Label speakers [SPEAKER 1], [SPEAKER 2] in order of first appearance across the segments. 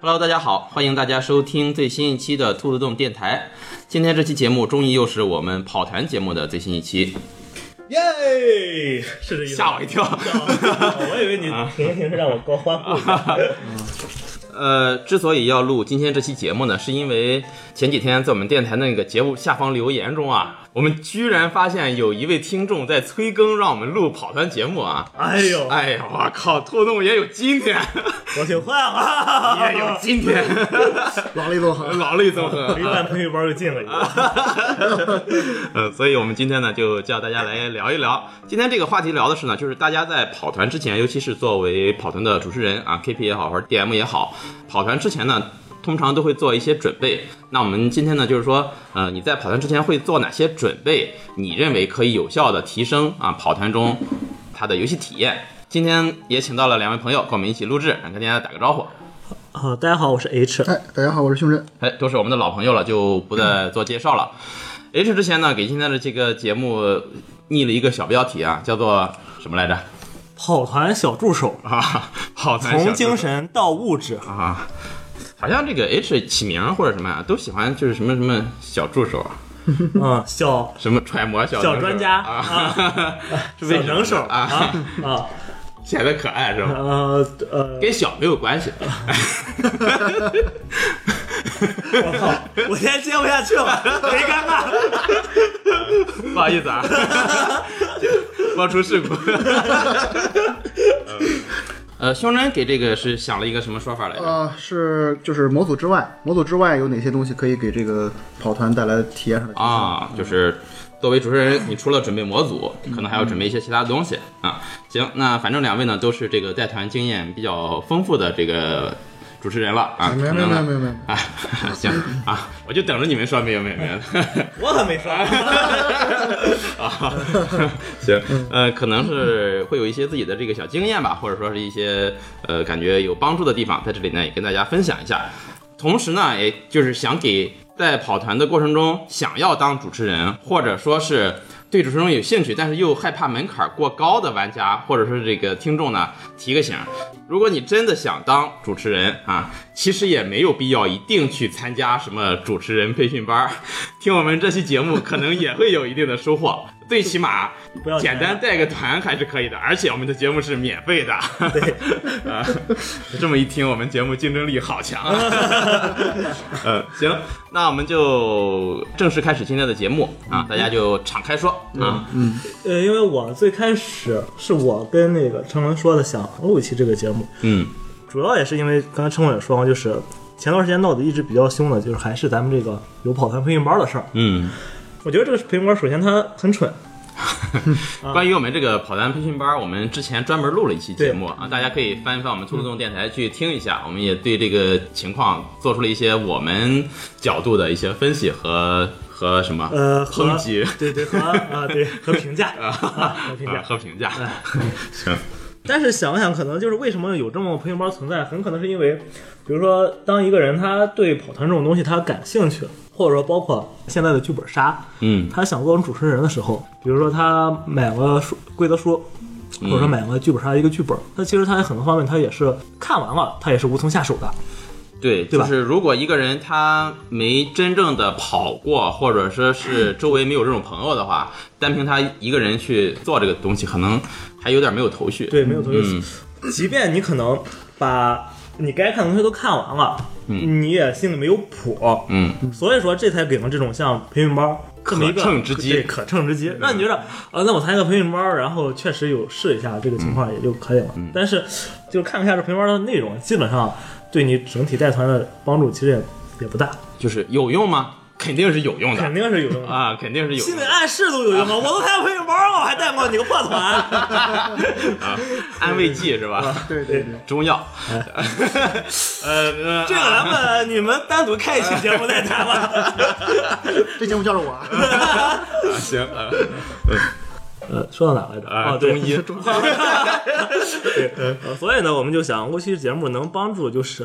[SPEAKER 1] Hello，大家好，欢迎大家收听最新一期的兔子洞电台。今天这期节目终于又是我们跑团节目的最新一期，
[SPEAKER 2] 耶，是这意思吗。
[SPEAKER 1] 吓我一跳。
[SPEAKER 2] 哦我以为你
[SPEAKER 3] 啊
[SPEAKER 2] 停一停是让我高欢呼一 下。
[SPEAKER 1] 呃，之所以要录今天这期节目呢，是因为前几天在我们电台那个节目下方留言中啊，我们居然发现有一位听众在催更，让我们录跑团节目啊。
[SPEAKER 2] 哎呦，
[SPEAKER 1] 哎呀，我靠，兔子洞也有今 天，
[SPEAKER 2] 我挺坏了，
[SPEAKER 1] 也有 今 天，
[SPEAKER 4] 老了一纵横，
[SPEAKER 1] 老泪纵横
[SPEAKER 2] 离。半朋友包又近了一个。
[SPEAKER 1] 呃，所以我们今天呢，就叫大家来聊一聊。今天这个话题聊的是呢，就是大家在跑团之前，尤其是作为跑团的主持人啊，KP 也好，或者 DM 也好，跑团之前呢，通常都会做一些准备。那我们今天呢，就是说，呃，你在跑团之前会做哪些准备？你认为可以有效的提升啊跑团中它的游戏体验？今天也请到了两位朋友跟我们一起录制，来跟大家打个招呼。
[SPEAKER 2] 啊，大家好，我是 H。
[SPEAKER 4] 哎，大家好，我是胸针。
[SPEAKER 1] 哎，都是我们的老朋友了，就不再做介绍了。H 之前呢，给今天的这个节目拟了一个小标题啊，叫做什么来着？
[SPEAKER 3] 跑团小助手，
[SPEAKER 1] 啊，好
[SPEAKER 2] 哎
[SPEAKER 1] 难想
[SPEAKER 3] 从精神到物质，
[SPEAKER 1] 啊，好像这个 H 起名或者什么啊，都喜欢就是什么什么小助手，啊
[SPEAKER 3] 嗯，小
[SPEAKER 1] 什么揣摩小
[SPEAKER 3] 小
[SPEAKER 1] 能手
[SPEAKER 3] 专家
[SPEAKER 1] 啊，是为
[SPEAKER 3] 小
[SPEAKER 1] 什么
[SPEAKER 3] 能手
[SPEAKER 1] 啊，
[SPEAKER 3] 啊啊，
[SPEAKER 1] 显得可爱是 吧？
[SPEAKER 3] 呃呃，
[SPEAKER 1] 跟小没有关 系，
[SPEAKER 3] 我靠， 我现在接不下去了，贼尴尬。
[SPEAKER 1] 不好意思 啊，冒出事故。呃，胸针给这个是想了一个什么说法来着？
[SPEAKER 4] 呃，是就是模组之外，模组之外有哪些东西可以给这个跑团带来体验上的提升？
[SPEAKER 1] 啊，就是作为主持人，你除了准备模组，可能还要准备一些其他东西啊。行，那反正两位呢都是这个带团经验比较丰富的这个主持人了啊，
[SPEAKER 4] 没有
[SPEAKER 1] 可
[SPEAKER 4] 没有
[SPEAKER 1] 能呢
[SPEAKER 4] 没有没有没有，
[SPEAKER 1] 啊，行啊，我就等着你们说没有没有没有。
[SPEAKER 3] 我可没说，
[SPEAKER 1] 啊， 行，呃，可能是会有一些自己的这个小经验吧，或者说是一些呃感觉有帮助的地方，在这里呢也跟大家分享一下。同时呢，也就是想给在跑团的过程中想要当主持人，或者说是对主持人有兴趣，但是又害怕门槛过高的玩家，或者说是这个听众呢，提个醒儿：如果你真的想当主持人啊，其实也没有必要一定去参加什么主持人培训班儿，听我们这期节目可能也会有一定的收获。最起码
[SPEAKER 3] 不要
[SPEAKER 1] 简
[SPEAKER 3] 钱
[SPEAKER 1] 单带个团还是可以的，而且我们的节目是免费的。对， 啊，这么一听，我们节目竞争力好强啊！嗯，行，那我们就正式开始今天的节目啊，大家就敞开说啊，
[SPEAKER 3] 呃，因为我最开始是我跟那个陈文说的，想录一期这个节目，
[SPEAKER 1] 嗯
[SPEAKER 3] 主要也是因为刚才陈文也说过，就是前段时间闹得一直比较凶的，就是还是咱们这个有跑团培训班的事儿。
[SPEAKER 1] 嗯。
[SPEAKER 3] 我觉得这个培训班首先它很蠢，嗯
[SPEAKER 1] 关于我们这个跑团培训班，我们之前专门录了一期节目啊，大家可以翻一翻我们兔子洞电台去听一下。我们也对这个情况做出了一些我们角度的一些分析和和什么
[SPEAKER 3] 呃，和
[SPEAKER 1] 抨击，
[SPEAKER 3] 对对和 啊对和评价啊和评
[SPEAKER 1] 啊
[SPEAKER 3] 价。
[SPEAKER 1] 和评 价。行，
[SPEAKER 3] 但是想想，可能就是为什么有这么培训班存在，很可能是因为，比如说，当一个人他对跑团这种东西他感兴趣，或者说包括现在的剧本杀，
[SPEAKER 1] 嗯
[SPEAKER 3] 他想做成主持人的时候，比如说他买个书规则书，或者说买个剧本杀的一个剧本，那其实他在很多方面他也是看完了，他也是无从下手的。
[SPEAKER 1] 对，
[SPEAKER 3] 对
[SPEAKER 1] 就
[SPEAKER 3] 吧
[SPEAKER 1] 是如果一个人他没真正的跑过，或者说是周围没有这种朋友的话，单凭他一个人去做这个东西，可能还有点没有头绪。，
[SPEAKER 3] 对，没有头绪。
[SPEAKER 1] 嗯
[SPEAKER 3] 即便你可能把你该看的东西都看完了，你也心里没有谱，
[SPEAKER 1] 嗯，
[SPEAKER 3] 所以说这才给了这种像培训班儿这么一个
[SPEAKER 1] 可乘之机
[SPEAKER 3] 对可乘之机，让你觉得啊、呃那我参加个培训班儿，然后确实有试一下这个情况也就可以了。但是就看一下这培训班儿的内容，基本上对你整体带团的帮助其实也也不大，
[SPEAKER 1] 就是有用吗？肯定是有用的
[SPEAKER 3] 肯定是有用的。
[SPEAKER 1] 啊，肯定是有用
[SPEAKER 3] 心理
[SPEAKER 1] 的。
[SPEAKER 3] 暗示都有用吗？啊我都参加培训班儿了，我还带过你个破团。
[SPEAKER 1] 啊，安慰剂是吧？
[SPEAKER 3] 嗯
[SPEAKER 4] 对对对，
[SPEAKER 1] 中药。 呃，呃
[SPEAKER 3] 这个咱们你们单独开一期节目再谈吧。
[SPEAKER 4] 这节目叫着我啊。
[SPEAKER 1] 啊行。呃
[SPEAKER 3] 呃，说到哪来着？
[SPEAKER 1] 啊
[SPEAKER 3] 哦，对，
[SPEAKER 1] 中医
[SPEAKER 3] 对、呃所以呢，我们就想，过去节目能帮助，就是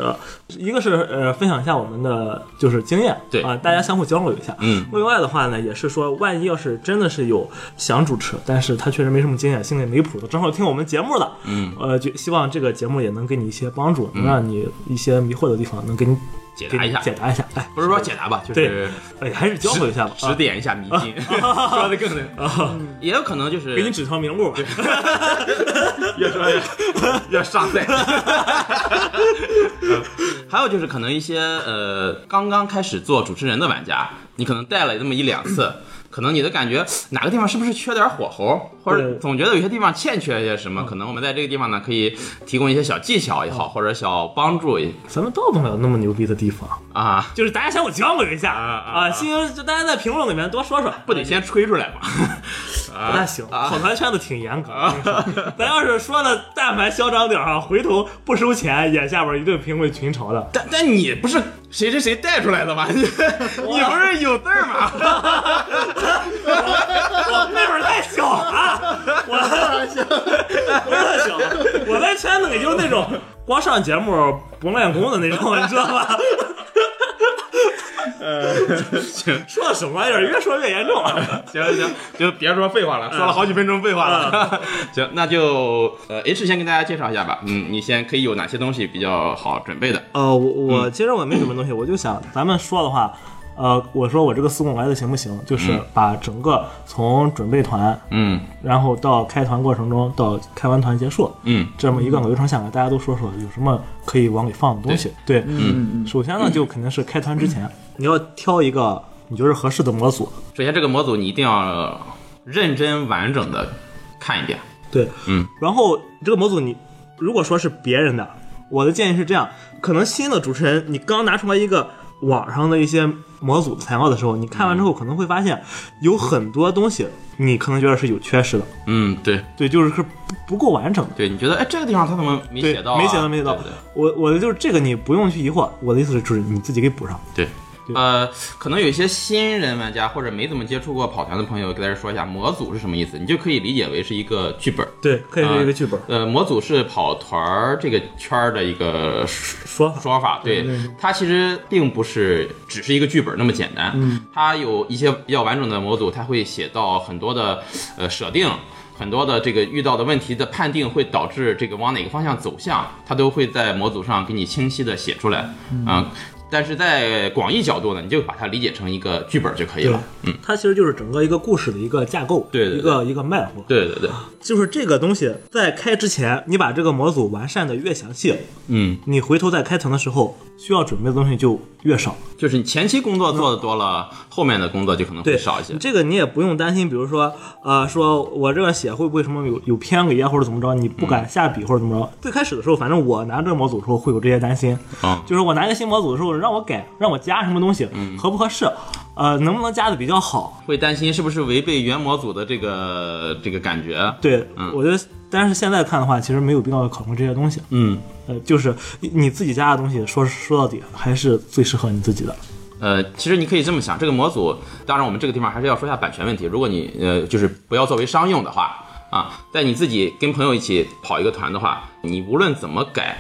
[SPEAKER 3] 一个是呃，分享一下我们的就是经验，
[SPEAKER 1] 对
[SPEAKER 3] 啊、大家相互交流一下。
[SPEAKER 1] 嗯，
[SPEAKER 3] 另外的话呢，也是说，万一要是真的是有想主持，但是他确实没什么经验，心里没谱的，正好听我们节目的，
[SPEAKER 1] 嗯，
[SPEAKER 3] 呃，就希望这个节目也能给你一些帮助，能让你一些迷惑的地方能给你
[SPEAKER 1] 解
[SPEAKER 3] 给
[SPEAKER 1] 答
[SPEAKER 3] 你
[SPEAKER 1] 一下，
[SPEAKER 3] 解答一下。哎，
[SPEAKER 1] 不是说解答吧，就是
[SPEAKER 3] 哎，还是交流一下吧，啊
[SPEAKER 1] 指点一下迷津， 说的更那，嗯也有可能就是
[SPEAKER 3] 啊给你指条明路吧。
[SPEAKER 1] 越说越越上塞。 还有就是可能一些呃刚刚开始做主持人的玩家，你可能带了这么一两次。可能你的感觉哪个地方是不是缺点火候，或者
[SPEAKER 3] 对
[SPEAKER 1] 总觉得有些地方欠缺一些什么？可能我们在这个地方呢，可以提供一些小技巧也好，或者小帮助也
[SPEAKER 3] 咱们到不了那么牛逼的地方，
[SPEAKER 1] 啊，
[SPEAKER 3] 就是大家相互交流一下
[SPEAKER 1] 啊啊啊
[SPEAKER 3] 啊，行，就大家在评论里面多说说，
[SPEAKER 1] 不得先吹出来吗？
[SPEAKER 3] 不大行，
[SPEAKER 1] 啊
[SPEAKER 3] 跑团圈子挺严格的。我跟你说咱要是说的但凡嚣张点儿啊，回头不收钱，眼下边一顿评论群嘲的。
[SPEAKER 1] 但但你不是谁谁谁带出来的吗？ 你你不是有字儿吗？
[SPEAKER 3] 我那会儿太小了，我
[SPEAKER 4] 当然行，
[SPEAKER 3] 不是太小了，我在圈子里就是那种光上节目不练功的那种，你知道吧？
[SPEAKER 1] 行
[SPEAKER 3] 说什么玩意儿？越说越严重。啊
[SPEAKER 1] 行行，就别说废话了，说了好几分钟废话
[SPEAKER 3] 嗯
[SPEAKER 1] 了。 行，那就呃 H 先跟大家介绍一下吧。嗯，你先可以有哪些东西比较好准备的？
[SPEAKER 3] 呃，我我其实我没什么东西，我就想咱们说的话，呃，我说我这个四共来的行不行？就是把整个从准备团，
[SPEAKER 1] 嗯
[SPEAKER 3] 然后到开团过程中，到开完团结束，
[SPEAKER 1] 嗯
[SPEAKER 3] 这么一个流程下来，大家都说说有什么可以往里放的东西。对，
[SPEAKER 4] 嗯嗯
[SPEAKER 3] 首先呢，就肯定是开团之前，你要挑一个你觉得合适的模组。
[SPEAKER 1] 首先这个模组你一定要认真完整的看一遍。
[SPEAKER 3] 对，
[SPEAKER 1] 嗯，
[SPEAKER 3] 然后这个模组你如果说是别人的，我的建议是这样：可能新的主持人你刚拿出来一个网上的一些模组材料的时候，你看完之
[SPEAKER 1] 嗯
[SPEAKER 3] 后可能会发现有很多东西你可能觉得是有缺失的，
[SPEAKER 1] 嗯，对
[SPEAKER 3] 对，就是是不不够完整的。
[SPEAKER 1] 对，你觉得哎这个地方他怎么没
[SPEAKER 3] 对
[SPEAKER 1] 写到啊、
[SPEAKER 3] 没写到，没写到
[SPEAKER 1] 对对。
[SPEAKER 3] 我我的就是这个，你不用去疑惑。我的意思是，就是你自己给补上。
[SPEAKER 1] 对。
[SPEAKER 3] 对
[SPEAKER 1] 呃，可能有一些新人玩家或者没怎么接触过跑团的朋友，给大家说一下模组是什么意思，你就可以理解为是一个剧本。
[SPEAKER 3] 对，可以是一
[SPEAKER 1] 啊
[SPEAKER 3] 个剧本、
[SPEAKER 1] 呃，模组是跑团儿这个圈儿的一个说
[SPEAKER 3] 说法。
[SPEAKER 1] 说法，对它其实并不是只是一个剧本那么简单，它有一些比较完整的模组，它会写到很多的呃设定。很多的这个遇到的问题的判定会导致这个往哪个方向走向，它都会在模组上给你清晰的写出来，啊、但是在广义角度呢，你就把它理解成一个剧本就可以了。嗯，
[SPEAKER 3] 它其实就是整个一个故事的一个架构，
[SPEAKER 1] 对对对
[SPEAKER 3] 一个一个脉络。
[SPEAKER 1] 对对对，
[SPEAKER 3] 就是这个东西在开之前，你把这个模组完善的越详细，
[SPEAKER 1] 嗯，
[SPEAKER 3] 你回头再开团的时候需要准备的东西就越少。
[SPEAKER 1] 就是你前期工作做的多了，后面的工作就可能会
[SPEAKER 3] 对，
[SPEAKER 1] 少一些。
[SPEAKER 3] 这个你也不用担心，比如说，呃，说我这个写会不会什么有有偏离啊，或者怎么着，你不敢下笔或者怎么着。最开始的时候，反正我拿这个模组的时候会有这些担心，
[SPEAKER 1] 嗯
[SPEAKER 3] 就是我拿一个新模组的时候，让我改，让我加什么东西、合不合适，呃，能不能加的比较好。
[SPEAKER 1] 会担心是不是违背原模组的这个这个感觉。
[SPEAKER 3] 对，
[SPEAKER 1] 嗯
[SPEAKER 3] 我觉得，但是现在看的话，其实没有必要考虑这些东西。
[SPEAKER 1] 嗯，
[SPEAKER 3] 呃，就是你你自己加的东西，说说到底还是最适合你自己的。
[SPEAKER 1] 呃，其实你可以这么想，这个模组，当然我们这个地方还是要说一下版权问题。如果你呃就是不要作为商用的话啊，但你自己跟朋友一起跑一个团的话，你无论怎么改。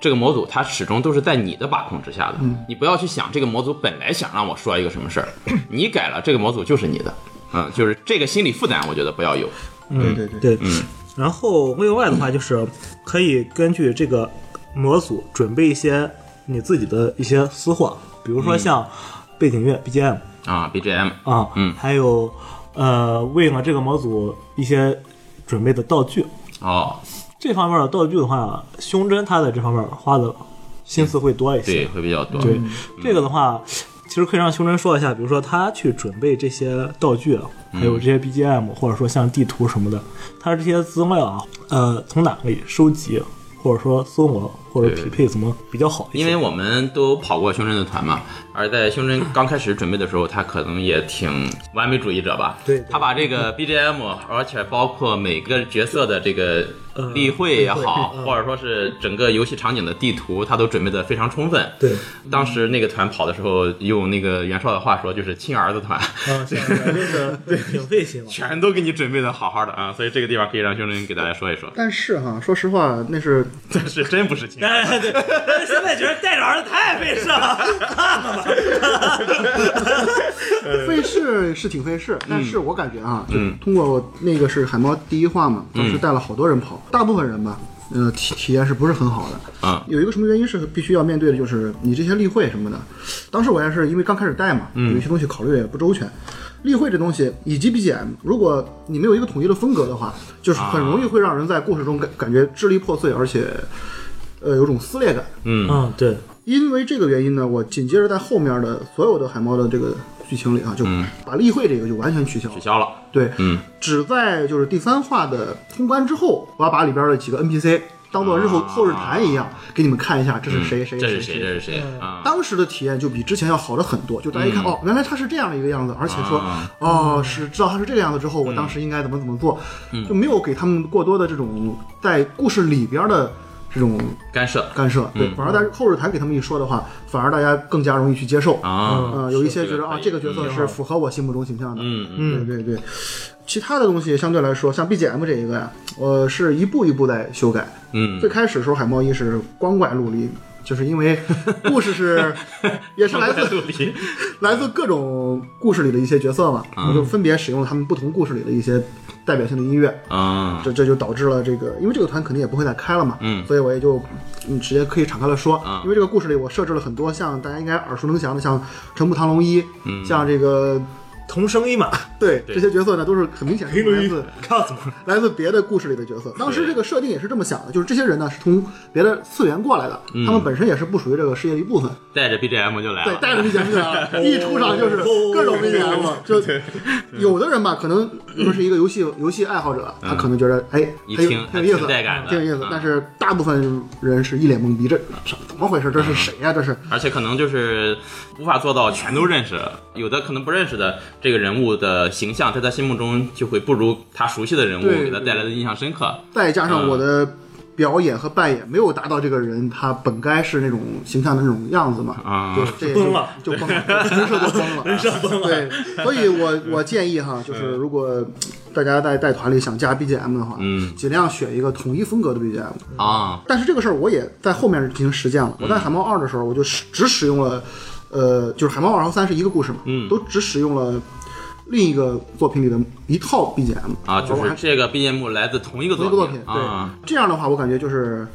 [SPEAKER 1] 这个模组它始终都是在你的把控之下的，你不要去想这个模组本来想让我说一个什么事儿，你改了这个模组就是你的，嗯，就是这个心理负担，我觉得不要有。
[SPEAKER 4] 对对对，
[SPEAKER 3] 对，
[SPEAKER 1] 嗯
[SPEAKER 3] 然后另外的话就是可以根据这个模组准备一些你自己的一些私货，比如说
[SPEAKER 1] 嗯
[SPEAKER 3] 像背景乐 BGM
[SPEAKER 1] 啊，BGM，
[SPEAKER 3] 啊，
[SPEAKER 1] 嗯
[SPEAKER 3] 还有呃为了这个模组一些准备的道具，
[SPEAKER 1] 哦，
[SPEAKER 3] 这方面的道具的话，胸针它在这方面花的心思会多一些。
[SPEAKER 1] 对，会比较多。
[SPEAKER 3] 对，这个的话，其实可以让胸针说一下，比如说他去准备这些道具，啊还有这些 BGM，或者说像地图什么的，他这些资料啊，呃，从哪里收集，或者说搜罗或者匹配怎么比较好一些。
[SPEAKER 1] 因为我们都跑过胸针的团嘛，而在胸针刚开始准备的时候，他可能也挺完美主义者吧。
[SPEAKER 3] 对对
[SPEAKER 1] 他把这个 BGM，而且包括每个角色的这个
[SPEAKER 3] 嗯
[SPEAKER 1] 例会也好，
[SPEAKER 3] 例会嗯
[SPEAKER 1] 或者说是整个游戏场景的地图，他都准备的非常充分。
[SPEAKER 3] 对，
[SPEAKER 1] 当时那个团跑的时候，用那个袁绍的话说，就是亲儿子团，
[SPEAKER 3] 啊，是的 就是挺费心 了。
[SPEAKER 1] 全都给你准备的好好的啊。所以这个地方可以让胸针给大家说一说，
[SPEAKER 4] 但是哈，说实话，那是
[SPEAKER 1] 这是真不是亲儿子。
[SPEAKER 3] 哎，对，但是现在觉得带着儿子太费事了，算了吧。
[SPEAKER 4] 费事是挺费事，但是我感觉啊，就通过我那个是海猫第一话嘛，当时带了好多人跑，大部分人吧。呃，体体验是不是很好的？
[SPEAKER 1] 啊
[SPEAKER 4] 有一个什么原因是必须要面对的，就是你这些例会什么的。当时我也是因为刚开始带嘛，有一些东西考虑也不周全。例会这东西以及 BGM，如果你没有一个统一的风格的话，就是很容易会让人在故事中感感觉支离破碎，而且呃有种撕裂感。
[SPEAKER 3] 嗯，对，
[SPEAKER 4] 因为这个原因呢，我紧接着在后面的所有的海猫的这个剧情里啊，就把例会这个就完全取消了
[SPEAKER 1] 嗯取。消了，
[SPEAKER 4] 对，
[SPEAKER 1] 嗯，
[SPEAKER 4] 只在就是第三话的通关之后，我要把里边的几个 NPC 当做日后、后日谈一样，给你们看一下这是谁、谁
[SPEAKER 1] 啊嗯这是
[SPEAKER 4] 谁
[SPEAKER 1] 谁？这是谁啊？
[SPEAKER 4] 当时的体验就比之前要好的很多，就大家一看、哦，原来他是这样的一个样子，而且说、
[SPEAKER 1] 嗯啊
[SPEAKER 4] 哦是知道他是这个样子之后，我当时应该怎么怎么做，
[SPEAKER 1] 嗯
[SPEAKER 4] 就没有给他们过多的这种在故事里边的这种
[SPEAKER 1] 干涉啊
[SPEAKER 4] 干涉，
[SPEAKER 1] 嗯
[SPEAKER 4] 对，反而在后日谈给他们一说的话，反而大家更加容易去接受。
[SPEAKER 1] 啊，
[SPEAKER 4] 呃，
[SPEAKER 3] 嗯
[SPEAKER 4] 有一
[SPEAKER 1] 是这
[SPEAKER 4] 些觉
[SPEAKER 1] 个
[SPEAKER 4] 得啊
[SPEAKER 1] 可，以
[SPEAKER 4] 这个角色是符合我心目中形象的。
[SPEAKER 1] 嗯嗯
[SPEAKER 3] 嗯
[SPEAKER 4] 对对对。其他的东西相对来说，像 BGM 这一个呀，我是一步一步在修改。
[SPEAKER 1] 嗯
[SPEAKER 4] 最开始的时候，海猫一是光怪陆离，就是因为故 事是也是来自
[SPEAKER 1] 陆离，
[SPEAKER 4] 来自各种故事里的一些角色嘛，
[SPEAKER 1] 啊
[SPEAKER 4] 我就分别使用了他们不同故事里的一些代表性的音乐。
[SPEAKER 1] 啊，
[SPEAKER 4] 这这就导致了这个，因为这个团肯定也不会再开了嘛，
[SPEAKER 1] 嗯
[SPEAKER 4] 所以我也就嗯直接可以敞开了说，
[SPEAKER 1] 啊
[SPEAKER 4] 因为这个故事里我设置了很多像大家应该耳熟能详的，像陈木堂龙一，像这个
[SPEAKER 3] 同生一 马，
[SPEAKER 4] 对
[SPEAKER 1] 嗯对
[SPEAKER 4] 这些角色呢，都是很明显是 来自
[SPEAKER 3] 告诉我，
[SPEAKER 4] 来自别的故事里的角色。当时这个设定也是这么想的，就是这些人呢是从别的次元过来的，
[SPEAKER 1] 嗯
[SPEAKER 4] 他们本身也是不属于这个世界的一部分，
[SPEAKER 1] 带着 BGM 就来
[SPEAKER 4] 对，
[SPEAKER 1] 了，
[SPEAKER 4] 带着 BGM 进 来了，一出场就是各种 BGM，就有的人吧，可能比如说是一个游戏游戏爱好者，他可能觉得哎，
[SPEAKER 1] 嗯一
[SPEAKER 4] 很有
[SPEAKER 1] 听
[SPEAKER 4] 很有意
[SPEAKER 1] 还挺
[SPEAKER 4] 思，
[SPEAKER 1] 带感的
[SPEAKER 4] 挺有意思
[SPEAKER 1] 啊。
[SPEAKER 4] 但是大部分人是一脸懵逼，这这怎么回事？
[SPEAKER 1] 嗯
[SPEAKER 4] 这是谁呀？这是
[SPEAKER 1] 而且可能就是无法做到全都认识，有的可能不认识的这个人物的形象，在他心目中就会不如他熟悉的人物
[SPEAKER 4] 对
[SPEAKER 1] 给他带来的印象深刻。
[SPEAKER 4] 再加上
[SPEAKER 1] 嗯
[SPEAKER 4] 我的表演和扮演没有达到这个人他本该是那种形象的那种样子嘛，
[SPEAKER 1] 啊
[SPEAKER 4] 对，这也
[SPEAKER 3] 崩了
[SPEAKER 4] 就崩了，人设就崩了， 人设崩了。对，所 以我
[SPEAKER 1] 嗯
[SPEAKER 4] 我建议哈，就是如果大家在带团里想加 BGM 的话，
[SPEAKER 1] 嗯
[SPEAKER 4] 尽量选一个统一风格的 BGM。
[SPEAKER 1] 啊，
[SPEAKER 4] 但是这个事儿我也在后面进行实践了。
[SPEAKER 1] 嗯
[SPEAKER 4] 我在海猫二的时候，我就使只使用了，呃，就是海猫二和三是一个故事嘛，
[SPEAKER 1] 嗯
[SPEAKER 4] 都只使用了另一个作品里的一套 BGM
[SPEAKER 1] 啊，就
[SPEAKER 4] 我还
[SPEAKER 1] 是这个 BGM 来自同一个
[SPEAKER 4] 同
[SPEAKER 1] 作
[SPEAKER 4] 一个作品，
[SPEAKER 1] 啊，
[SPEAKER 4] 对，这样的话我感觉就是。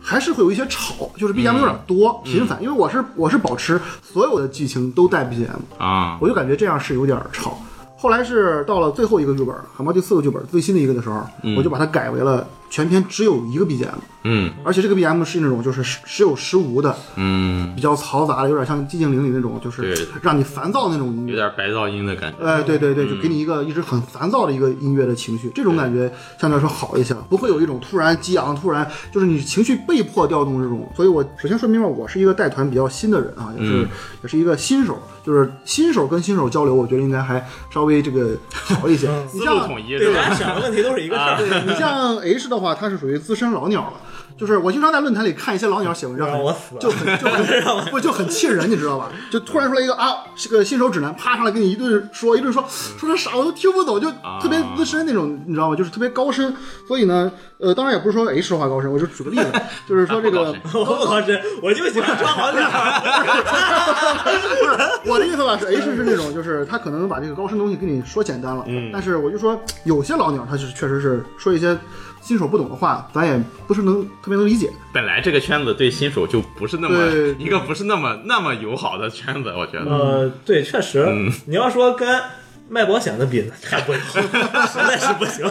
[SPEAKER 4] 还是会有一些吵，就是 BGM
[SPEAKER 1] 嗯
[SPEAKER 4] 有点多、频繁，因为我是我是保持所有的剧情都带 BGM，
[SPEAKER 1] 啊，
[SPEAKER 4] 我就感觉这样是有点吵。后来是到了最后一个剧本，海猫第四个剧本最新的一个的时候，我就把它改为了全篇只有一个 BGM，
[SPEAKER 1] 嗯
[SPEAKER 4] 而且这个 BGM 是那种就是时时有时无的，
[SPEAKER 1] 嗯，
[SPEAKER 4] 比较嘈杂的，有点像寂静岭里那种，就是
[SPEAKER 1] 对
[SPEAKER 4] 让你烦躁那种音
[SPEAKER 1] 有
[SPEAKER 4] 乐。
[SPEAKER 1] 点白噪音的感觉。
[SPEAKER 4] 哎，对对对，就给你一个一直很烦躁的一个音乐的情绪，这种感觉相对来说好一些，不会有一种突然激昂，突然就是你情绪被迫调动这种。所以我首先说明白，我是一个带团比较新的人啊，也是、也是一个新手，就是新手跟新手交流，我觉得应该还稍微这个 好一些。你
[SPEAKER 1] 思
[SPEAKER 4] 像
[SPEAKER 1] 路统一
[SPEAKER 3] 对，
[SPEAKER 1] 是吧？
[SPEAKER 3] 咱想的问题都是一个事儿。
[SPEAKER 4] 对你像 H 的话，他是属于资深老鸟了。就是我经常在论坛里看一些老鸟写文章，
[SPEAKER 3] 啊让我死了
[SPEAKER 4] 就很就很不就很气人，你知道吧？就突然说了一个啊，是个新手指南，啪上来给你一顿说一顿说，说成啥我都听不懂，就特别资深那种，你知道吗？就是特别高深。所以呢，呃，当然也不是说 H 的话高深，我就举个例子，就是 说这个
[SPEAKER 1] 啊不高深
[SPEAKER 3] 我不老师，我就喜欢装好点儿。
[SPEAKER 4] 不是我的意思吧？是 H 是那种，就是他可能把这个高深东西跟你说简单了，但是我就说有些老鸟他是确实是说一些新手不懂的话，咱也不是能特别能理解。
[SPEAKER 1] 本来这个圈子对新手就不是那么
[SPEAKER 4] 对
[SPEAKER 1] 一个不是那么那么友好的圈子，我觉得。
[SPEAKER 3] 呃，对，确实，你要说跟卖保险的比，太不行， 实在是不行。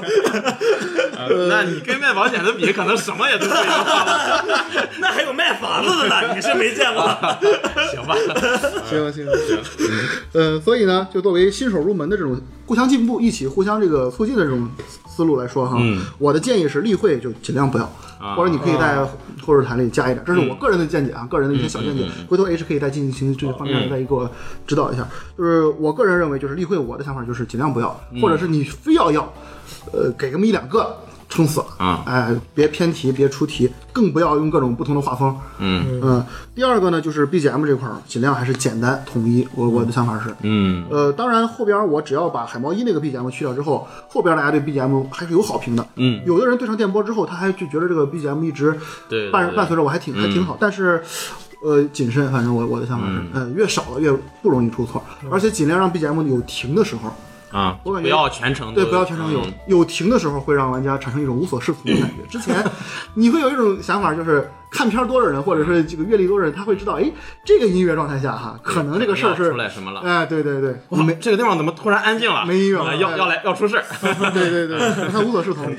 [SPEAKER 1] 呃那你跟卖保险的比，可能什么也都不友好了，
[SPEAKER 3] 那还有卖房子的呢，你是没见过。
[SPEAKER 1] 行吧？
[SPEAKER 4] 行行行，呃，所以呢，就作为新手入门的这种互相进步、一起互相这个促进的这种思路来说哈，
[SPEAKER 1] 嗯
[SPEAKER 4] 我的建议是例会就尽量不要，
[SPEAKER 1] 啊嗯
[SPEAKER 4] 或者你可以在后日谈里加一点，这是我个人的见解啊，个人的一些小见解
[SPEAKER 1] 嗯嗯嗯。
[SPEAKER 4] 回头 H 可以再进行这方面再给我指导一下。就是我个人认为，就是例会我的想法就是尽量不要，
[SPEAKER 1] 嗯
[SPEAKER 4] 或者是你非要要，呃，给个么一两个。撑死了
[SPEAKER 1] 啊
[SPEAKER 4] 哎，别偏题，别出题，更不要用各种不同的画风。
[SPEAKER 1] 嗯
[SPEAKER 4] 嗯，第二个呢，就是 BGM 这块儿，尽量还是简单统一。我我的想法是，
[SPEAKER 1] 嗯
[SPEAKER 4] 呃，当然后边我只要把海猫一那个 BGM 去掉之后，后边大家对 BGM 还是有好评的。
[SPEAKER 1] 嗯，
[SPEAKER 4] 有的人对上电波之后，他还就觉得这个 BGM 一直
[SPEAKER 1] 对对
[SPEAKER 4] 伴
[SPEAKER 1] 对嗯
[SPEAKER 4] 伴随着我还挺还挺好，但是。呃，谨慎，反正我我的想法是，呃，越少了越不容易出错，
[SPEAKER 1] 嗯
[SPEAKER 4] 而且尽量让 BGM 有停的时候，
[SPEAKER 1] 啊，
[SPEAKER 4] 我感
[SPEAKER 1] 不
[SPEAKER 4] 觉
[SPEAKER 1] 要全程
[SPEAKER 4] 对，
[SPEAKER 1] 都
[SPEAKER 4] 不要全程有
[SPEAKER 1] 嗯
[SPEAKER 4] 有停的时候，会让玩家产生一种无所适从的感觉。之前你会有一种想法，就是看片儿多的人，或者是这个阅历多的人，他会知道，哎，这个音乐状态下哈，可能这个事儿
[SPEAKER 1] 要
[SPEAKER 4] 是
[SPEAKER 1] 出，来什么了。
[SPEAKER 4] 哎，对对对，
[SPEAKER 1] 哇，这个地方怎么突然安静了？
[SPEAKER 4] 没有
[SPEAKER 1] 啊要要来要 出事儿。
[SPEAKER 4] 对对对，他无所适从。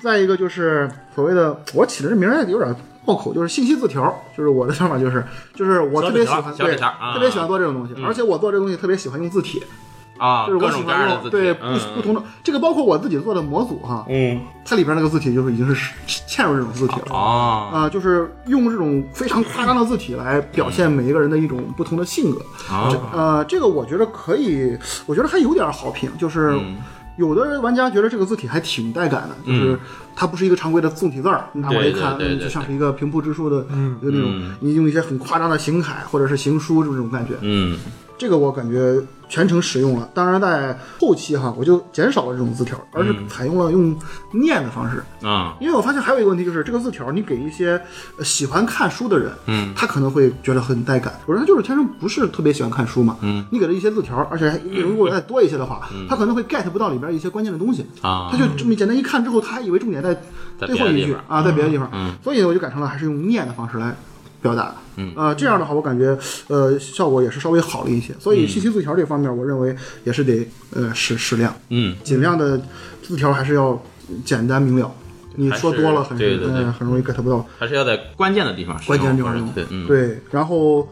[SPEAKER 4] 再一个就是所谓的，我起的这名儿有点拗口，就是信息字条，就是我的想法就是，就是我特别喜欢，
[SPEAKER 1] 小纸条小
[SPEAKER 4] 对，
[SPEAKER 1] 纸条啊
[SPEAKER 4] 特别喜欢做这种东西，而且我做这个东西特别喜欢用字体，
[SPEAKER 1] 啊，
[SPEAKER 4] 就是
[SPEAKER 1] 各
[SPEAKER 4] 我
[SPEAKER 1] 种
[SPEAKER 4] 喜
[SPEAKER 1] 各样
[SPEAKER 4] 欢
[SPEAKER 1] 的字体，
[SPEAKER 4] 用对不
[SPEAKER 1] 嗯
[SPEAKER 4] 不同的，这个包括我自己做的模组哈，
[SPEAKER 2] 嗯，
[SPEAKER 4] 它里边那个字体就是已经是嵌入这种字体了。
[SPEAKER 1] 哦
[SPEAKER 4] 啊、就是用这种非常夸张的字体来表现每一个人的一种不同的性格，
[SPEAKER 1] 啊，
[SPEAKER 4] 呃，这个我觉得可以，我觉得还有点好评，就是
[SPEAKER 1] 嗯
[SPEAKER 4] 有的玩家觉得这个字体还挺带感的，就是它不是一个常规的宋体字儿，你拿过来一看，
[SPEAKER 1] 嗯对对对对
[SPEAKER 4] 嗯就像是一个平铺直述的，就那种
[SPEAKER 1] 嗯
[SPEAKER 4] 你用一些很夸张的行楷或者是行书这种感觉，
[SPEAKER 1] 嗯
[SPEAKER 4] 这个我感觉全程使用了。当然在后期哈，我就减少了这种字条，而
[SPEAKER 1] 嗯
[SPEAKER 4] 是采用了用念的方式，
[SPEAKER 1] 啊，
[SPEAKER 4] 因为我发现还有一个问题，就是这个字条，你给一些呃喜欢看书的人，
[SPEAKER 1] 嗯，
[SPEAKER 4] 他可能会觉得很带感。有人他就是天生不是特别喜欢看书嘛，
[SPEAKER 1] 嗯，
[SPEAKER 4] 你给他一些字条，而且还如果再多一些的话，他可能会 get 不到里边一些关键的东西，
[SPEAKER 1] 啊
[SPEAKER 4] 他就这么简单一看之后，他还以为重点在
[SPEAKER 1] 在
[SPEAKER 4] 最
[SPEAKER 1] 别
[SPEAKER 4] 后
[SPEAKER 1] 的
[SPEAKER 4] 一
[SPEAKER 1] 地
[SPEAKER 4] 句
[SPEAKER 1] 方
[SPEAKER 4] 啊，在别的地方，
[SPEAKER 1] 嗯
[SPEAKER 4] 所以我就改成了还是用念的方式来表达的。嗯，呃，这样的话，我感觉呃效果也是稍微好了一些。
[SPEAKER 1] 嗯
[SPEAKER 4] 所以信息字条这方面，我认为也是得呃适适量。
[SPEAKER 1] 嗯，
[SPEAKER 4] 尽量的字条还是要简单明了。你说多了
[SPEAKER 1] 还
[SPEAKER 4] 很
[SPEAKER 1] 是对对对
[SPEAKER 4] 嗯很容易 get 不到
[SPEAKER 1] 还是要在关键的地方使用，
[SPEAKER 4] 关键地方用。
[SPEAKER 1] 对，嗯，
[SPEAKER 4] 对，然后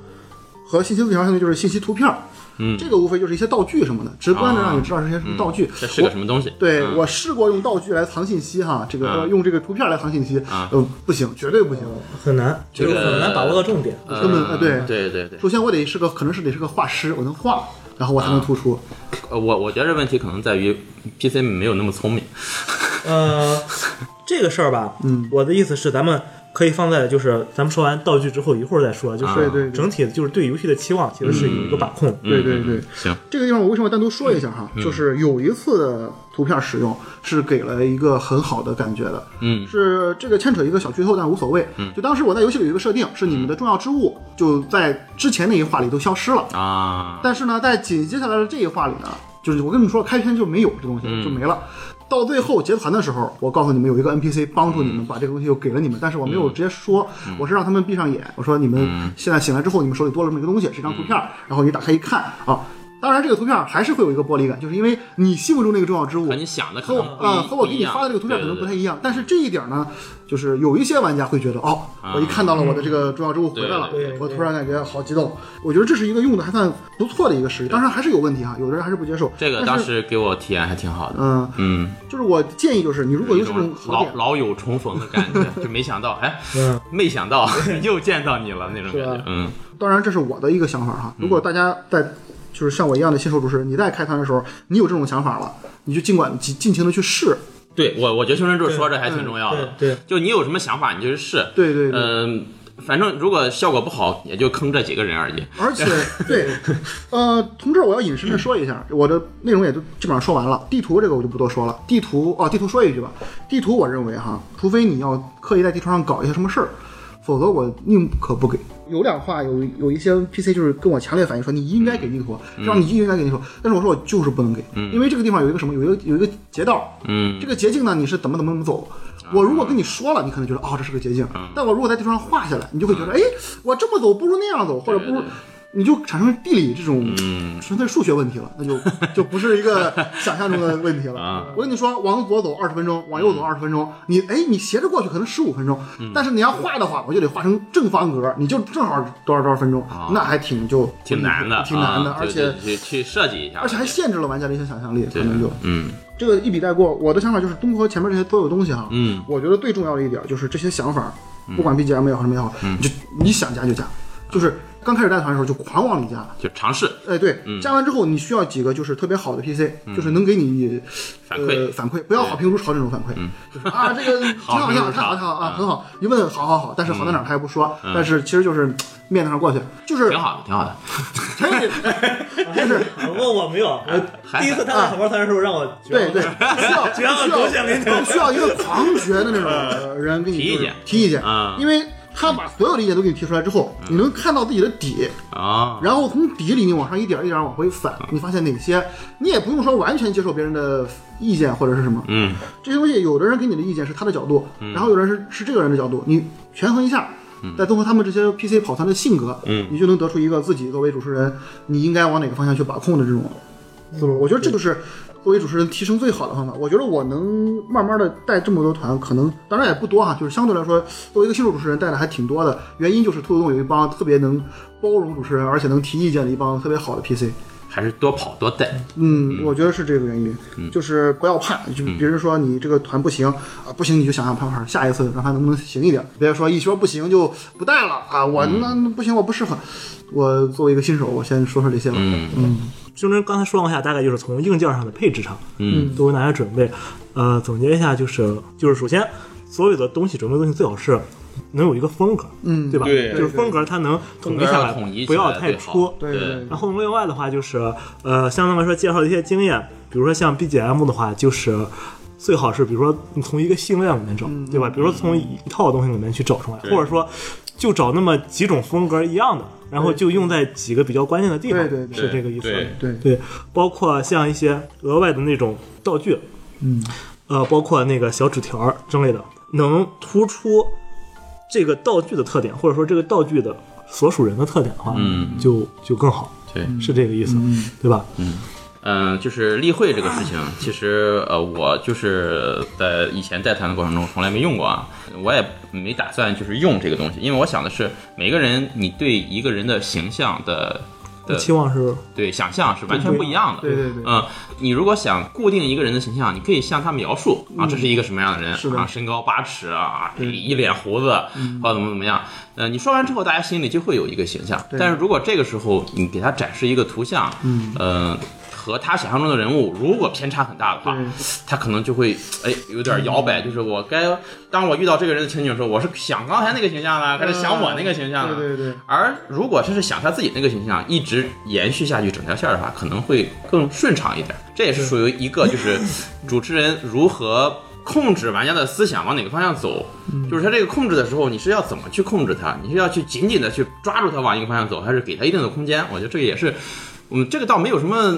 [SPEAKER 4] 和信息字条相对就是信息图片儿，
[SPEAKER 1] 嗯啊
[SPEAKER 4] 这个无非就是一些道具什么的，直观的让你知道这些什么道具。
[SPEAKER 1] 这是个什么东西？
[SPEAKER 4] 对
[SPEAKER 1] 嗯
[SPEAKER 4] 我试过用道具来藏信息哈，这个
[SPEAKER 1] 嗯
[SPEAKER 4] 呃用这个图片来藏信息
[SPEAKER 1] 啊，
[SPEAKER 4] 呃不行，绝对不行。
[SPEAKER 3] 很难，
[SPEAKER 1] 这个
[SPEAKER 3] 就是很难把握到重点。
[SPEAKER 1] 呃
[SPEAKER 4] 根本呃对
[SPEAKER 1] 对对对，
[SPEAKER 4] 首先我得是个，可能是得是个画师，我能画，然后我才能突出。
[SPEAKER 1] 呃我我觉得这问题可能在于 PC 没有那么聪明，
[SPEAKER 3] 呃，这个事儿吧，
[SPEAKER 4] 嗯，
[SPEAKER 3] 我的意思是，咱们可以放在就是咱们说完道具之后一会儿再说，就是
[SPEAKER 1] 啊
[SPEAKER 4] 对对对
[SPEAKER 3] 整体就是对游戏的期望其实是有一个把控。
[SPEAKER 4] 对对对
[SPEAKER 1] 嗯，行，
[SPEAKER 4] 这个地方我为什么要单独说一下哈？就是有一次的图片使用是给了一个很好的感觉的，
[SPEAKER 1] 嗯
[SPEAKER 4] 是这个牵扯一个小剧透，但无所谓。就当时我在游戏里有一个设定，是你们的重要之物就在之前那一话里都消失了，
[SPEAKER 1] 啊，
[SPEAKER 4] 但是呢，在紧接下来的这一话里呢，就是我跟你们说，开篇就没有这东西，就没了。到最后结团的时候，我告诉你们有一个 NPC 帮助你们把这个东西又给了你们，但是我没有直接说，我是让他们闭上眼，我说你们现在醒来之后，你们手里多了这么一个东西，是一张图片，然后你打开一看啊，当然这个图片还是会有一个玻璃感，就是因为你心目中那个重要之物
[SPEAKER 1] 和你想的可
[SPEAKER 4] 和我
[SPEAKER 1] 能不一
[SPEAKER 4] 呃和我给
[SPEAKER 1] 不
[SPEAKER 4] 你
[SPEAKER 1] 一样
[SPEAKER 4] 发的这个图片可能不太
[SPEAKER 1] 对对对
[SPEAKER 4] 一样，但是这一点呢，就是有一些玩家会觉得哦，我一看到了我的这个重要之物回来了
[SPEAKER 1] 啊嗯对
[SPEAKER 3] 对对，
[SPEAKER 4] 我突然感觉好激动。我觉得这是一个用的还算不错的一个实例，当然还是有问题啊哈，有的人还是不接受。
[SPEAKER 1] 这个
[SPEAKER 4] 但
[SPEAKER 1] 当
[SPEAKER 4] 是
[SPEAKER 1] 时给我体验还挺好的，
[SPEAKER 4] 嗯，
[SPEAKER 1] 嗯，
[SPEAKER 4] 就是我建议就是你如果
[SPEAKER 1] 有一
[SPEAKER 4] 用这种
[SPEAKER 1] 种
[SPEAKER 4] 好
[SPEAKER 1] 老
[SPEAKER 4] 点，
[SPEAKER 1] 老友重逢的感觉，就没想到，哎，
[SPEAKER 3] 嗯，
[SPEAKER 1] 没想到 又见到你了那种
[SPEAKER 4] 是啊吧
[SPEAKER 1] 感觉，嗯
[SPEAKER 4] 当然这是我的一个想法哈。如果大家在就是像我一样的新手主持人，你在开团的时候，你有这种想法了，你就尽管尽尽情的去试。，
[SPEAKER 1] 对我我觉得青春柱说这还挺重要的，
[SPEAKER 3] 对对
[SPEAKER 1] 就你有什么想法你就去试，
[SPEAKER 4] 嗯对对对。
[SPEAKER 1] 嗯、反正如果效果不好，也就坑这几个人而已。
[SPEAKER 4] 而且对，呃，从这儿我要引申的说一下，我的内容也就基本上说完了。地图这个我就不多说了。地图哦，地图说一句吧。地图我认为哈，除非你要刻意在地图上搞一些什么事儿，否则我宁可不给。有两话有有一些 PC 就是跟我强烈反映说你应该给地图，让你应该给地图，但是我说我就是不能给，因为这个地方有一个什么，有一个有一个捷道，
[SPEAKER 1] 嗯啊
[SPEAKER 4] 这个捷径呢，你是怎么怎么怎么走。我如果跟你说了，你可能觉
[SPEAKER 1] 嗯
[SPEAKER 4] 得哦，这是个捷径。但我如果在地图上画下来，你就会觉得，哎，我这么走不如那样走，或者不
[SPEAKER 1] 对
[SPEAKER 4] 如
[SPEAKER 1] 对对
[SPEAKER 4] 你就产生地理这种
[SPEAKER 1] 嗯
[SPEAKER 4] 纯粹数学问题了，那 就就不是一个想象中的问题
[SPEAKER 1] 啊嗯
[SPEAKER 4] 了。我跟你说，往左走二十分钟，往右走二十分钟，你哎，你斜着过去可能十五分钟，但是你要画的话，我就得画成正方格，你就正好多少多少分钟
[SPEAKER 1] 啊，
[SPEAKER 4] 那还挺就
[SPEAKER 1] 挺难的，
[SPEAKER 4] 嗯挺难的，
[SPEAKER 1] 啊
[SPEAKER 4] 而且
[SPEAKER 1] 就就去去设计一下，
[SPEAKER 4] 而且还限制了玩家的一些想象力，可
[SPEAKER 1] 对
[SPEAKER 4] 能就
[SPEAKER 1] 嗯
[SPEAKER 4] 这个一笔带过。我的想法就是，综合前面这些所有东西哈，
[SPEAKER 1] 嗯
[SPEAKER 4] 我觉得最重要的一点就是这些想法，不管 BGM 也好什么也好，
[SPEAKER 1] 嗯
[SPEAKER 4] 你就你想加就加，就是刚开始带团的时候就狂往里加。
[SPEAKER 1] 就尝试
[SPEAKER 4] 哎，对，
[SPEAKER 1] 嗯
[SPEAKER 4] 加完之后你需要几个就是特别好的 PC，就是能给你
[SPEAKER 1] 反馈嗯
[SPEAKER 4] 呃、反馈，不要好评如潮这种反馈，就是啊 这个挺
[SPEAKER 1] 好
[SPEAKER 4] 好
[SPEAKER 1] 评
[SPEAKER 4] 挺
[SPEAKER 1] 如
[SPEAKER 4] 好太好
[SPEAKER 1] 潮
[SPEAKER 4] 太好啊
[SPEAKER 1] 嗯
[SPEAKER 4] 很好，一问好好好，但是好在哪儿他也不说，但是其实就是嗯面子上过去，就是
[SPEAKER 1] 挺好的，挺好的。
[SPEAKER 4] 嘿 就是
[SPEAKER 3] 啊问我没有，我呃第一次参加小猫团的时候让我觉
[SPEAKER 4] 对
[SPEAKER 3] 得
[SPEAKER 4] 对， 需要
[SPEAKER 3] 只要
[SPEAKER 4] 需
[SPEAKER 3] 狗血淋
[SPEAKER 4] 要
[SPEAKER 3] 头
[SPEAKER 4] 需要一个狂学的那种 呃人给你
[SPEAKER 1] 提意
[SPEAKER 4] 就是
[SPEAKER 1] 见
[SPEAKER 4] 提意见
[SPEAKER 1] 啊
[SPEAKER 4] 因为他把所有的意见都给你提出来之后，你能看到自己的底，
[SPEAKER 1] 啊，
[SPEAKER 4] 然后从底里你往上一点一点往回反，你发现哪些你也不用说完全接受别人的意见或者是什么，
[SPEAKER 1] 嗯，
[SPEAKER 4] 这些东西有的人给你的意见是他的角度，然后有的人是是这个人的角度，你权衡一下。再综合他们这些 PC 跑团的性格，
[SPEAKER 1] 嗯
[SPEAKER 4] 你就能得出一个自己作为主持人，你应该往哪个方向去把控的这种思路。我觉得这就是作为主持人提升最好的方法。我觉得我能慢慢的带这么多团，可能当然也不多哈，就是相对来说，作为一个新手主持人带的还挺多的。原因就是兔子洞有一帮特别能包容主持人，而且能提意见的一帮特别好的 PC。
[SPEAKER 1] 还是多跑多带，
[SPEAKER 4] 嗯，我觉得是这个原因，
[SPEAKER 1] 嗯
[SPEAKER 4] 就是不要怕，就别人说你这个团不行啊，不行你就想想办法，下一次让他能不能行一点，别说一说不行就不带了啊，我
[SPEAKER 1] 嗯
[SPEAKER 4] 那那不行我不适合。我作为一个新手，我先说说这些吧。
[SPEAKER 1] 嗯
[SPEAKER 3] 就是刚才说了一下，大概就是从硬件上的配置上，
[SPEAKER 1] 嗯，
[SPEAKER 3] 作为哪些准备，呃，总结一下就是就是首先所有的东西准备的东西最好是能有一个风格，
[SPEAKER 4] 嗯
[SPEAKER 3] 对吧？
[SPEAKER 1] 对
[SPEAKER 3] 就是风格它能统一下来，
[SPEAKER 1] 统一起
[SPEAKER 3] 不要
[SPEAKER 1] 来
[SPEAKER 3] 太
[SPEAKER 1] 最好
[SPEAKER 3] 出。
[SPEAKER 4] 对对
[SPEAKER 3] 然后另外的话就是，呃，相对来说介绍一些经验，比如说像 BGM 的话，就是最好是比如说你从一个系列里面找，
[SPEAKER 1] 嗯
[SPEAKER 3] 对吧？比如说从一套东西里面去找出来，或者说就找那么几种风格一样的，然后就用在几个比较关键的地方，
[SPEAKER 4] 对对对
[SPEAKER 3] 是这个意思。
[SPEAKER 1] 对
[SPEAKER 4] 对
[SPEAKER 3] 对，包括像一些额外的那种道具，
[SPEAKER 4] 嗯，
[SPEAKER 3] 呃，包括那个小纸条儿之类的，能突出这个道具的特点，或者说这个道具的所属人的特点的话，
[SPEAKER 1] 嗯
[SPEAKER 3] 就就更好，
[SPEAKER 1] 对。
[SPEAKER 3] 是这个意思，对吧？
[SPEAKER 1] 嗯，就是例会这个事情，其实呃，我就是在以前带团的过程中从来没用过啊，我也没打算就是用这个东西，因为我想的是每个人你对一个人的形象的的
[SPEAKER 3] 期望是
[SPEAKER 1] 对想象是完全不一样的。
[SPEAKER 4] 对对对
[SPEAKER 1] 嗯，你如果想固定一个人的形象，你可以向他描述啊，这是一个什么样的人
[SPEAKER 4] 嗯是的嗯
[SPEAKER 1] 啊，身高八尺啊，一脸胡子，或者怎么怎么样。呃，你说完之后，大家心里就会有一个形象。
[SPEAKER 4] 对
[SPEAKER 1] 但是如果这个时候你给他展示一个图像，嗯，呃。和他想象中的人物如果偏差很大的话
[SPEAKER 4] 对，
[SPEAKER 1] 他可能就会哎有点摇摆，就是我该当我遇到这个人的情景的时候，我是想刚才那个形象啊呢，还是想我那个形象啊呢？
[SPEAKER 4] 嗯对对对，
[SPEAKER 1] 而如果他是想他自己那个形象一直延续下去整条线儿的话，可能会更顺畅一点。这也是属于一个就是主持人如何控制玩家的思想往哪个方向走，
[SPEAKER 4] 嗯
[SPEAKER 1] 就是他这个控制的时候，你是要怎么去控制他？你是要去紧紧的去抓住他往一个方向走，还是给他一定的空间？我觉得这个也是，嗯，这个倒没有什么。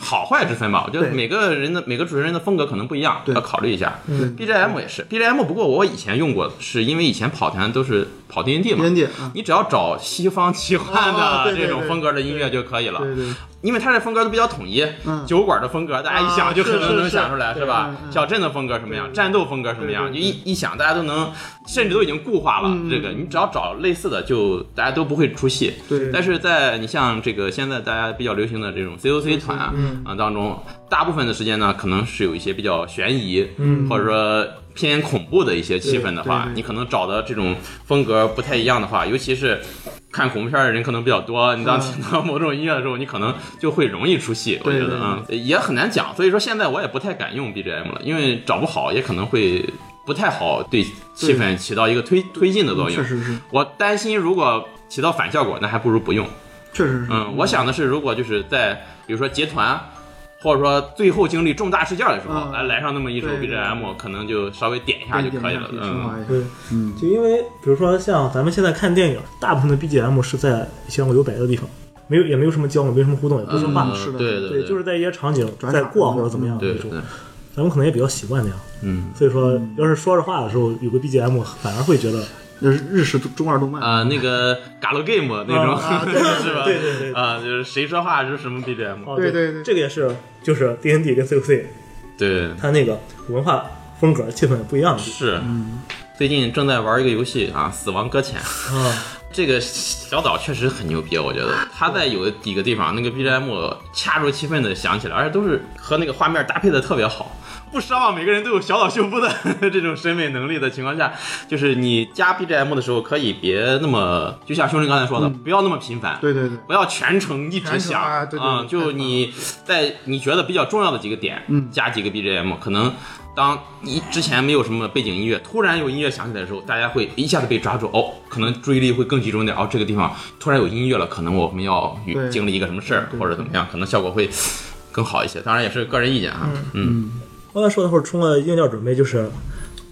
[SPEAKER 1] 好坏之分吧，我觉得
[SPEAKER 4] 对
[SPEAKER 1] 每个人的每个主持人的风格可能不一样，
[SPEAKER 4] 对
[SPEAKER 1] 要考虑一下。
[SPEAKER 4] 嗯
[SPEAKER 1] BGM 也是 BGM，不过我以前用过，是因为以前跑团都是跑 D N D 嘛，
[SPEAKER 4] 编辑啊，
[SPEAKER 1] 你只要找西方奇幻
[SPEAKER 4] 啊
[SPEAKER 1] 的
[SPEAKER 4] 对对
[SPEAKER 1] 这种
[SPEAKER 4] 对
[SPEAKER 1] 风格的音乐就可以了，
[SPEAKER 4] 对对，
[SPEAKER 1] 因为它这风格都比较统一。
[SPEAKER 4] 嗯，
[SPEAKER 1] 酒馆的风格，大家一想
[SPEAKER 4] 啊
[SPEAKER 1] 就可
[SPEAKER 4] 是
[SPEAKER 1] 能
[SPEAKER 4] 是
[SPEAKER 1] 能
[SPEAKER 4] 是
[SPEAKER 1] 想出来，
[SPEAKER 4] 对
[SPEAKER 1] 是吧
[SPEAKER 4] 嗯？嗯
[SPEAKER 1] 小镇的风格什么样，
[SPEAKER 4] 对对
[SPEAKER 1] 战斗风格什么样，就
[SPEAKER 4] 对对嗯
[SPEAKER 1] 一一想，大家都能，甚至都已经固化了。这个你只要找类似的，就大家都不会出戏。
[SPEAKER 4] 对
[SPEAKER 1] 但是在你像这个现在大家比较流行的这种 COC 团啊、
[SPEAKER 4] 嗯
[SPEAKER 1] 啊当中，大部分的时间呢，可能是有一些比较悬疑，嗯，或者说偏恐怖的一些气氛的话
[SPEAKER 4] 对对，对
[SPEAKER 1] 你可能找的这种风格不太一样的话，尤其是。看恐怖片的人可能比较多，你当
[SPEAKER 4] 嗯
[SPEAKER 1] 听到某种音乐的时候，你可能就会容易出戏，我觉
[SPEAKER 4] 对
[SPEAKER 1] 得
[SPEAKER 4] 对
[SPEAKER 1] 啊、嗯也很难讲。所以说现在我也不太敢用 BGM 了，因为找不好，也可能会不太好对气氛起到一个推推进的作用
[SPEAKER 4] 嗯确。实是，
[SPEAKER 1] 我担心如果起到反效果，那还不如不用。
[SPEAKER 4] 确实是，
[SPEAKER 1] 嗯，我想的是，如果就是在比如说结团，啊或者说最后经历重大事件的时候，哎
[SPEAKER 4] 嗯
[SPEAKER 1] 来来上那么一首
[SPEAKER 4] 对对
[SPEAKER 1] BGM，可能就稍微点一下就可以了。
[SPEAKER 4] 升华
[SPEAKER 1] 嗯，
[SPEAKER 4] 一下，
[SPEAKER 3] 对，
[SPEAKER 4] 嗯，
[SPEAKER 3] 就因为比如说像咱们现在看电影，大部分的 BGM 是在一些有白的地方，没有也没有什么交流，没有什么互动，也不说话，
[SPEAKER 1] 嗯
[SPEAKER 4] 是的
[SPEAKER 1] 对
[SPEAKER 3] 对，就是在一些场景
[SPEAKER 4] 转
[SPEAKER 3] 在
[SPEAKER 4] 场
[SPEAKER 3] 过或者怎么样的
[SPEAKER 1] 对
[SPEAKER 3] 那种
[SPEAKER 1] 对，对，
[SPEAKER 3] 咱们可能也比较习惯那样，
[SPEAKER 1] 嗯
[SPEAKER 3] 所以说要是说着话的时候有个 BGM，反而会觉得
[SPEAKER 4] 那是日式中二动漫
[SPEAKER 1] 啊，那个 Galo Game 那种
[SPEAKER 4] 啊啊 对
[SPEAKER 1] 是吧？
[SPEAKER 3] 对对对
[SPEAKER 1] 啊，就是谁说话是什么 BGM，
[SPEAKER 3] 哦，
[SPEAKER 4] 对对
[SPEAKER 3] 对
[SPEAKER 4] 对
[SPEAKER 3] 这个也是，就是 D N D 跟 C O C
[SPEAKER 1] 对，
[SPEAKER 3] 它那个文化风格、气氛也不一样的地
[SPEAKER 1] 是。最近正在玩一个游戏啊，《死亡搁浅》。
[SPEAKER 3] 方啊，
[SPEAKER 1] 这个小岛确实很牛逼，啊我觉得他在有几个地方那个 BGM 恰如其分的响起来，而且都是和那个画面搭配的特别好。不奢望每个人都有小岛秀夫的 这种审美能力的情况下，就是你加 BGM 的时候，可以别那么，就像兄弟刚才说的，不要那么频繁。
[SPEAKER 4] 对对对，
[SPEAKER 1] 不要全程一直
[SPEAKER 4] 全程
[SPEAKER 1] 响
[SPEAKER 4] 啊对对
[SPEAKER 1] 嗯
[SPEAKER 4] 对
[SPEAKER 1] 就你在你觉得比较重要的几个点，
[SPEAKER 4] 嗯
[SPEAKER 1] 加几个 BGM，可能当一之前没有什么背景音乐，突然有音乐响起来的时候，大家会一下子被抓住，哦，可能注意力会更集中点，哦，这个地方突然有音乐了，可能我们要与
[SPEAKER 4] 对
[SPEAKER 1] 经历一个什么事儿
[SPEAKER 4] 对
[SPEAKER 1] 或者怎么样，可能效果会更好一些。当然也是个人意见啊，嗯，
[SPEAKER 4] 嗯，
[SPEAKER 3] 刚才说的会儿充了硬件准备，就是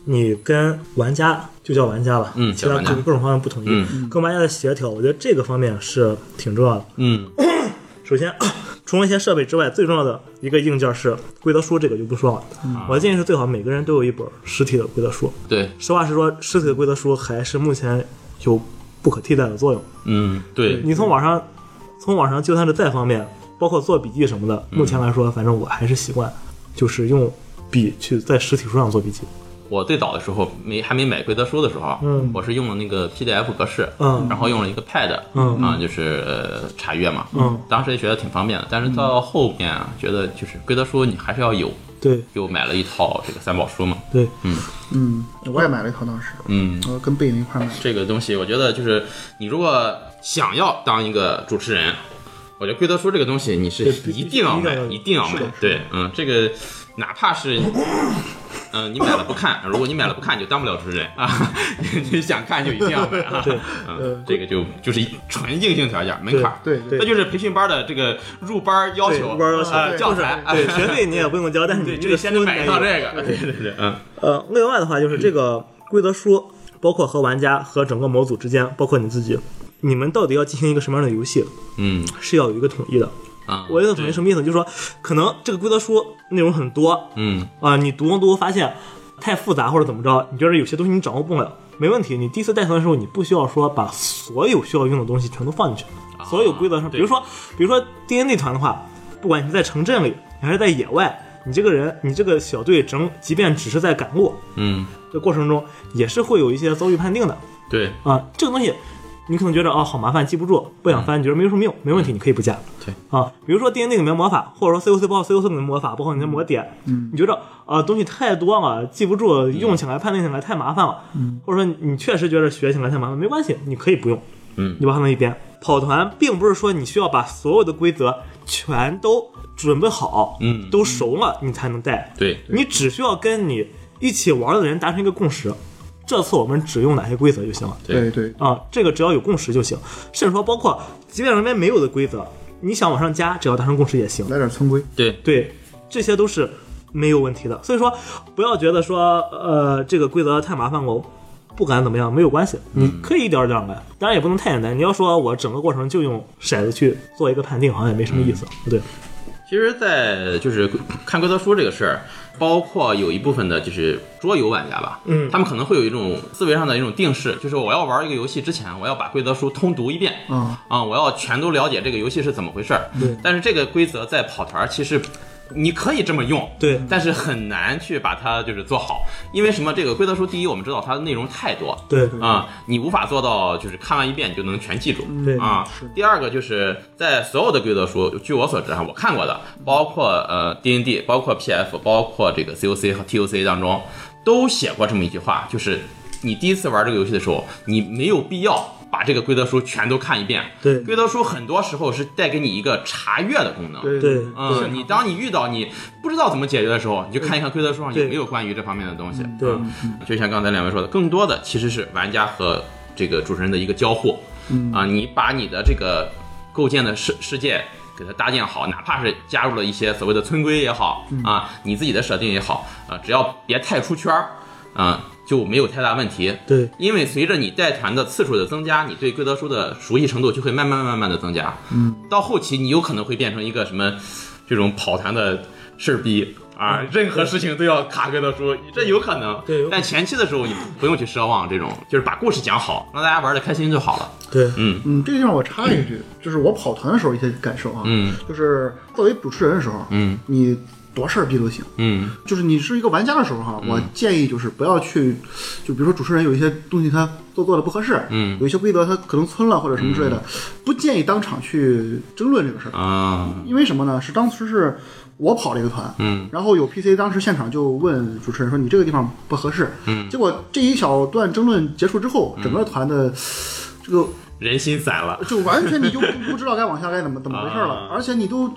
[SPEAKER 3] 你跟玩家就叫玩家吧，
[SPEAKER 1] 嗯
[SPEAKER 3] 其他
[SPEAKER 1] 叫玩家
[SPEAKER 3] 各各种方面不统一，
[SPEAKER 1] 嗯
[SPEAKER 3] 跟玩家的协调，我觉得这个方面是挺重要的。
[SPEAKER 1] 嗯
[SPEAKER 3] 首先， 除了一些设备之外，最重要的一个硬件是规则书，这个就不说了。
[SPEAKER 1] 嗯
[SPEAKER 3] 我建议是最好每个人都有一本实体的规则书。
[SPEAKER 1] 对，
[SPEAKER 3] 实话实说，实体的规则书还是目前有不可替代的作用。
[SPEAKER 1] 嗯对，
[SPEAKER 3] 你从网上，从网上就算是再方便，包括做笔记什么的，目
[SPEAKER 1] 嗯
[SPEAKER 3] 前来说，反正我还是习惯，就是用笔去在实体书上做笔记。
[SPEAKER 1] 我最早的时候没还没买规则书的时候，
[SPEAKER 3] 嗯
[SPEAKER 1] 我是用了那个 PDF 格式，
[SPEAKER 3] 嗯
[SPEAKER 1] 然后用了一个 Pad，
[SPEAKER 3] 嗯
[SPEAKER 1] 啊，就是呃查阅嘛，
[SPEAKER 3] 嗯，
[SPEAKER 1] 当时也觉得挺方便的，但是到后面啊，觉得就是规则书你还是要有，
[SPEAKER 3] 对
[SPEAKER 1] 又买了一套这个三宝书嘛，
[SPEAKER 3] 对，
[SPEAKER 4] 嗯，我也买了一套，当时
[SPEAKER 1] 嗯，
[SPEAKER 4] 我跟背影一块买的。
[SPEAKER 1] 这个东西我觉得就是你如果想要当一个主持人，我觉得规则书这个东西你是
[SPEAKER 3] 对必
[SPEAKER 1] 一定要
[SPEAKER 3] 必须
[SPEAKER 1] 买
[SPEAKER 3] 要，
[SPEAKER 1] 一定要买
[SPEAKER 3] 是的，
[SPEAKER 1] 对，嗯，这个哪怕是。嗯、你买了不看，如果你买了不看，你就当不了主持人啊！ 你你想看就一定要买啊！
[SPEAKER 3] 对呃
[SPEAKER 1] 嗯，这个就就是一纯硬性条件门槛儿，
[SPEAKER 4] 对
[SPEAKER 3] 对
[SPEAKER 1] 那就是培训班的这个入班要
[SPEAKER 3] 对
[SPEAKER 1] 求，
[SPEAKER 3] 入班要求
[SPEAKER 1] 呃
[SPEAKER 4] 对
[SPEAKER 1] 教
[SPEAKER 4] 就是
[SPEAKER 1] 材，
[SPEAKER 3] 对，学费你也不用交，但是
[SPEAKER 1] 对，
[SPEAKER 3] 你
[SPEAKER 1] 你
[SPEAKER 3] 这
[SPEAKER 1] 得
[SPEAKER 3] 个
[SPEAKER 1] 先得
[SPEAKER 3] 书应
[SPEAKER 1] 买
[SPEAKER 3] 该
[SPEAKER 1] 一套
[SPEAKER 3] 有
[SPEAKER 1] 这个，对对对，嗯，
[SPEAKER 3] 呃，另外的话就是这个规则书，包括和玩家和整个模组之间，包括你自己，你们到底要进行一个什么样的游戏，
[SPEAKER 1] 嗯
[SPEAKER 3] 是要有一个统一的。
[SPEAKER 1] 啊，
[SPEAKER 3] 我这个统一什么意思？就是说，可能这个规则书内容很多啊、
[SPEAKER 1] 嗯
[SPEAKER 3] 你读完读完发现太复杂或者怎么着，你觉得有些东西你掌握不了，没问题。你第一次带团的时候，你不需要说把所有需要用的东西全都放进去，所有规则上，
[SPEAKER 1] 对
[SPEAKER 3] 比如说，比如说 D N D 团的话，不管你是在城镇里还是在野外，你这个人，你这个小队整，即便只是在赶路，
[SPEAKER 1] 嗯，
[SPEAKER 3] 这过程中也是会有一些遭遇判定的
[SPEAKER 1] 对
[SPEAKER 3] 啊。这个东西你可能觉得啊、好麻烦，记不住，不想翻，觉得没有什么用，没问题，你可以不加。
[SPEAKER 1] 对
[SPEAKER 3] 啊，比如说 D N D 里面魔法，或者说 C O C 包括 C O C 里面魔法，包括你的魔点，
[SPEAKER 4] 嗯
[SPEAKER 3] 你觉得啊、东西太多了，记不住，用起来判定起来太麻烦了，
[SPEAKER 4] 嗯
[SPEAKER 3] 或者说你确实觉得学起来太麻烦，没关系，你可以不用，
[SPEAKER 1] 嗯
[SPEAKER 3] 你把它放一边。跑团并不是说你需要把所有的规则全都准备好，
[SPEAKER 1] 嗯
[SPEAKER 3] 都熟了你才能带，
[SPEAKER 1] 对
[SPEAKER 3] 你只需要跟你一起玩的人达成一个共识，这次我们只用哪些规则就行了
[SPEAKER 4] 对对，
[SPEAKER 3] 啊，这个只要有共识就行，甚至说包括即便里面没有的规则，你想往上加，只要达成共识也行。
[SPEAKER 4] 来点村规。
[SPEAKER 1] 对，
[SPEAKER 3] 对，这些都是没有问题的。所以说，不要觉得说呃这个规则太麻烦了，我不敢怎么样，没有关系，你
[SPEAKER 1] 嗯
[SPEAKER 3] 可以一点儿一点儿来，当然也不能太简单。你要说我整个过程就用骰子去做一个判定，好像也没什么意思。
[SPEAKER 1] 嗯
[SPEAKER 3] 对，
[SPEAKER 1] 其实，在就是看规则书这个事儿，包括有一部分的就是桌游玩家吧，
[SPEAKER 3] 嗯
[SPEAKER 1] 他们可能会有一种思维上的一种定式，就是我要玩一个游戏之前，我要把规则书通读一遍，
[SPEAKER 4] 啊，
[SPEAKER 1] 啊、我要全都了解这个游戏是怎么回事儿。
[SPEAKER 3] 对
[SPEAKER 1] 但是这个规则在跑团儿其实。你可以这么用，
[SPEAKER 3] 对
[SPEAKER 1] 但是很难去把它就是做好，因为什么？这个规则书第一，我们知道它的内容太多，
[SPEAKER 3] 对
[SPEAKER 1] 啊、你无法做到就是看完一遍你就能全记住，
[SPEAKER 3] 对
[SPEAKER 1] 啊。第二个就是在所有的规则书，据我所知啊，我看过的，包括呃 D N D，包括 P F，包括这个 C O C 和 T O C 当中，都写过这么一句话，就是你第一次玩这个游戏的时候，你没有必要。把这个规则书全都看一遍，
[SPEAKER 3] 对
[SPEAKER 1] 规则书很多时候是带给你一个查阅的功能，
[SPEAKER 4] 对
[SPEAKER 3] 对
[SPEAKER 1] 嗯，你当你遇到你不知道怎么解决的时候，你就看一看规则书上有
[SPEAKER 3] 对
[SPEAKER 1] 没有关于这方面的东西。
[SPEAKER 3] 对
[SPEAKER 1] 嗯就像刚才两位说的，更多的其实是玩家和这个主持人的一个交互。
[SPEAKER 4] 嗯
[SPEAKER 1] 啊，你把你的这个构建的世世界给它搭建好，哪怕是加入了一些所谓的村规也好啊，你自己的设定也好啊，只要别太出圈儿啊，就没有太大问题。
[SPEAKER 3] 对
[SPEAKER 1] 因为随着你带团的次数的增加，你对规则书的熟悉程度就会慢慢慢慢的增加。
[SPEAKER 4] 嗯，
[SPEAKER 1] 到后期你有可能会变成一个什么这种跑团的事儿逼，啊，任何事情都要卡哥的说，这有可能。
[SPEAKER 3] 嗯对有可能
[SPEAKER 1] 但前期的时候你不用去奢望这种，就是把故事讲好，让大家玩的开心就好了。
[SPEAKER 3] 对，
[SPEAKER 1] 嗯
[SPEAKER 4] 嗯，这个地方我插一句，就是我跑团的时候一些感受啊，
[SPEAKER 1] 嗯
[SPEAKER 4] 就是作为主持人的时候，
[SPEAKER 1] 嗯
[SPEAKER 4] 你多事儿逼都行。
[SPEAKER 1] 嗯
[SPEAKER 4] 就是你是一个玩家的时候哈，我建议就是不要去，就比如说主持人有一些东西他做做的不合适，
[SPEAKER 1] 嗯
[SPEAKER 4] 有一些规则他可能村了或者什么之类的，不建议当场去争论这个事儿，
[SPEAKER 1] 啊
[SPEAKER 4] 因为什么呢？是当时是我跑了一个团，
[SPEAKER 1] 嗯
[SPEAKER 4] 然后有 PC 当时现场就问主持人说你这个地方不合适，
[SPEAKER 1] 嗯
[SPEAKER 4] 结果这一小段争论结束之后，整个团的这个
[SPEAKER 1] 人心散了。
[SPEAKER 4] 就完全你就不不知道该往下该怎么怎么回事了
[SPEAKER 1] 啊，
[SPEAKER 4] 而且你都。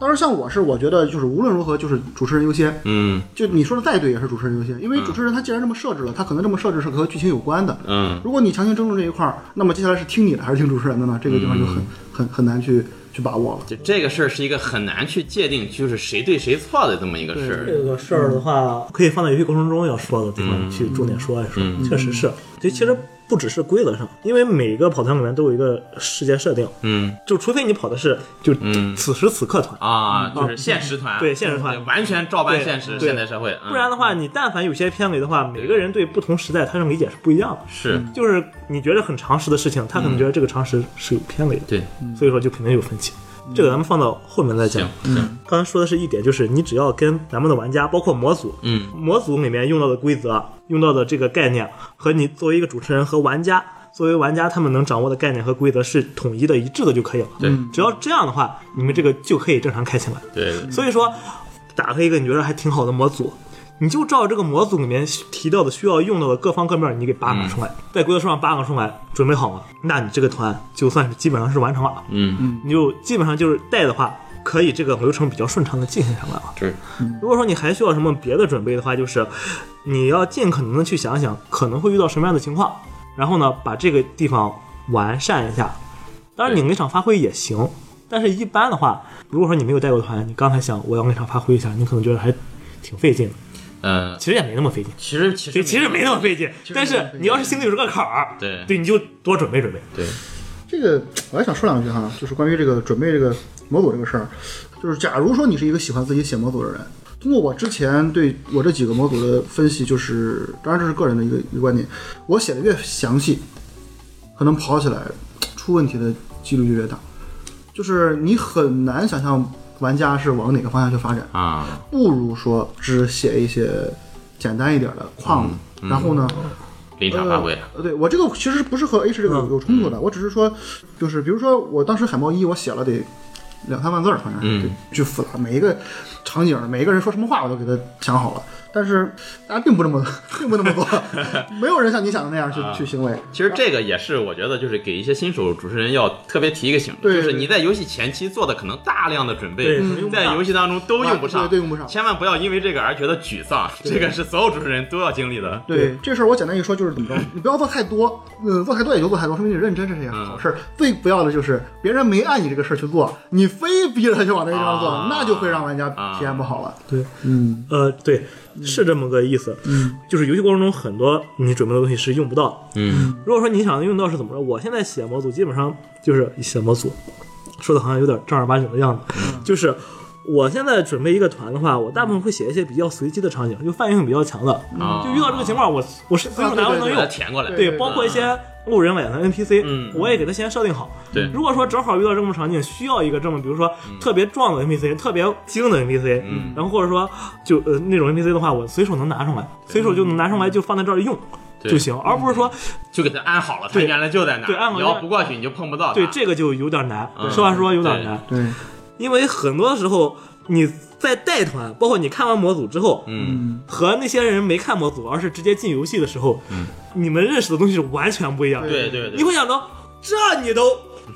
[SPEAKER 4] 当时像我是，我觉得就是无论如何就是主持人优先，
[SPEAKER 1] 嗯
[SPEAKER 4] 就你说的再对，也是主持人优先，因为主持人他既然这么设置了，他可能这么设置是和剧情有关的。
[SPEAKER 1] 嗯
[SPEAKER 4] 如果你强行争论这一块儿，那么接下来是听你的还是听主持人的呢？这个地方就
[SPEAKER 1] 嗯
[SPEAKER 4] 很、很很难去去把握了。
[SPEAKER 1] 就这个事儿是一个很难去界定，就是谁对谁错的这么一个事
[SPEAKER 3] 这
[SPEAKER 1] 儿。
[SPEAKER 3] 个事儿的
[SPEAKER 1] 嗯
[SPEAKER 3] 话，可以放在游戏过程中要说的地方去重点说一说，确实
[SPEAKER 1] 嗯
[SPEAKER 3] 是。就其实不只是规则上，因为每个跑团里面都有一个世界设定，
[SPEAKER 1] 嗯
[SPEAKER 3] 就除非你跑的是就
[SPEAKER 1] 嗯
[SPEAKER 3] 此时此刻团，
[SPEAKER 1] 啊，就是现实团，
[SPEAKER 3] 嗯哦对现实团
[SPEAKER 1] 完全照搬现实
[SPEAKER 3] 对对
[SPEAKER 1] 现代社会。嗯
[SPEAKER 3] 不然的话，你但凡有些偏离的话，每个人对不同时代他的理解是不一样的。
[SPEAKER 1] 是嗯
[SPEAKER 3] 就是你觉得很常识的事情，他可能觉得这个常识是有偏离的，
[SPEAKER 1] 对
[SPEAKER 3] 所以说就肯定有分歧。这个咱们放到后面再讲嗯
[SPEAKER 1] 行。行
[SPEAKER 3] 刚才说的是一点，就是你只要跟咱们的玩家，包括模组，
[SPEAKER 1] 嗯
[SPEAKER 3] 模组里面用到的规则、用到的这个概念，和你作为一个主持人和玩家，作为玩家他们能掌握的概念和规则是统一的、一致的就可以了。
[SPEAKER 1] 对
[SPEAKER 3] 只要这样的话，你们这个就可以正常开起来。
[SPEAKER 1] 对
[SPEAKER 3] 所以说，打开一个你觉得还挺好的模组，你就照这个模组里面提到的需要用到的各方各面，你给扒拉出来，在规则书上扒拉出来，准备好了，那你这个团就算是基本上是完成了，
[SPEAKER 1] 嗯
[SPEAKER 3] 你就基本上就是带的话，可以这个流程比较顺畅的进行下来了。
[SPEAKER 1] 对
[SPEAKER 3] 如果说你还需要什么别的准备的话，就是你要尽可能的去想想可能会遇到什么样的情况，然后呢，把这个地方完善一下。当然，你
[SPEAKER 1] 对
[SPEAKER 3] 临场发挥也行，但是一般的话，如果说你没有带过团，你刚才想我要临场发挥一下，你可能觉得还挺费劲的，
[SPEAKER 1] 呃，
[SPEAKER 3] 其实也没那么费劲。
[SPEAKER 1] 其实其
[SPEAKER 3] 对，
[SPEAKER 1] 实
[SPEAKER 3] 其实没那么费劲，但
[SPEAKER 4] 没那么
[SPEAKER 3] 是
[SPEAKER 4] 费劲
[SPEAKER 3] 你要是心里有这个坎儿，
[SPEAKER 1] 对
[SPEAKER 3] 对，你就多准备准备。
[SPEAKER 1] 对
[SPEAKER 4] 这个我还想说两句哈，就是关于这个准备这个模组这个事儿，就是假如说你是一个喜欢自己写模组的人，通过我之前对我这几个模组的分析，就是当然这是个人的一个一个观点，我写的越详细，可能跑起来出问题的几率就越大，就是你很难想象玩家是往哪个方向去发展。
[SPEAKER 1] 啊，
[SPEAKER 4] 不如说只写一些简单一点的框子，然后呢，
[SPEAKER 1] 临场发啊挥。
[SPEAKER 4] 呃，对我这个其实不是和 H 这个有有冲突的，我只是说，就是比如说我当时海豹一我写了得两三万字儿，好像是
[SPEAKER 1] 嗯
[SPEAKER 4] 就巨复杂，每一个场景每一个人说什么话我都给他想好了，但是大家并不这么并不那么做， 没有人像你想的那样去、去行为，
[SPEAKER 1] 其实这个也是，我觉得就是给一些新手主持人要特别提一个醒，
[SPEAKER 4] 对
[SPEAKER 1] 就是你在游戏前期做的可能大量的准备
[SPEAKER 3] 对嗯，
[SPEAKER 1] 在游戏当中都用不上，
[SPEAKER 3] 啊
[SPEAKER 4] 对对用不上
[SPEAKER 1] 千万不要因为这个而觉得沮丧， 这个是所有主持人都要经历的。
[SPEAKER 4] 对这事儿，我简单一说就是怎么着，你不要做太多，呃，做太多也就做太多，说明你认真，这是件好事儿。最不要的就是别人没按你这个事儿去做，你非逼着他去往这个地方做，
[SPEAKER 1] 啊
[SPEAKER 4] 那就会让玩家
[SPEAKER 1] 啊
[SPEAKER 4] 体验不好了。
[SPEAKER 3] 对，
[SPEAKER 4] 嗯
[SPEAKER 3] 呃，对，是这么个意思。
[SPEAKER 4] 嗯，
[SPEAKER 3] 就是游戏过程中很多你准备的东西是用不到的，
[SPEAKER 1] 嗯
[SPEAKER 3] 如果说你想用到是怎么着，我现在写模组基本上就是写模组，说的好像有点正儿八经的样子，
[SPEAKER 1] 嗯
[SPEAKER 3] 就是。我现在准备一个团的话，我大部分会写一些比较随机的场景，就泛用性比较强的。
[SPEAKER 1] 啊
[SPEAKER 3] 就遇到这个情况，我我是随手拿
[SPEAKER 4] 啊
[SPEAKER 3] 我能
[SPEAKER 4] 对对
[SPEAKER 1] 把
[SPEAKER 3] 用
[SPEAKER 1] 它，填过来。
[SPEAKER 4] 对对
[SPEAKER 3] 包括一些路人尾的 NPC，、
[SPEAKER 1] 嗯
[SPEAKER 3] 我也给他先设定好。
[SPEAKER 1] 对
[SPEAKER 3] 如果说正好遇到这么场景，需要一个这么，比如说特别壮的 NPC，、特别精的 NPC，、
[SPEAKER 1] 嗯
[SPEAKER 3] 然后或者说就呃那种 NPC 的话，我随手能拿上来，随手就能拿上来，就放在这儿用
[SPEAKER 1] 对
[SPEAKER 3] 就行，而不是说
[SPEAKER 1] 就给它安好了，它
[SPEAKER 3] 对
[SPEAKER 1] 原来就在那儿，
[SPEAKER 3] 对安
[SPEAKER 1] 你
[SPEAKER 3] 好就在
[SPEAKER 1] 要不过去你就碰不到它。
[SPEAKER 3] 对这个就有点难。
[SPEAKER 1] 啊嗯
[SPEAKER 3] 实话说有点难，
[SPEAKER 4] 对，
[SPEAKER 3] 因为很多时候你在带团，包括你看完模组之后，
[SPEAKER 1] 嗯，
[SPEAKER 3] 和那些人没看模组，而是直接进游戏的时候，你们认识的东西是完全不一样的。
[SPEAKER 1] 嗯对对
[SPEAKER 3] 你
[SPEAKER 1] 对，
[SPEAKER 3] 会想到，这你都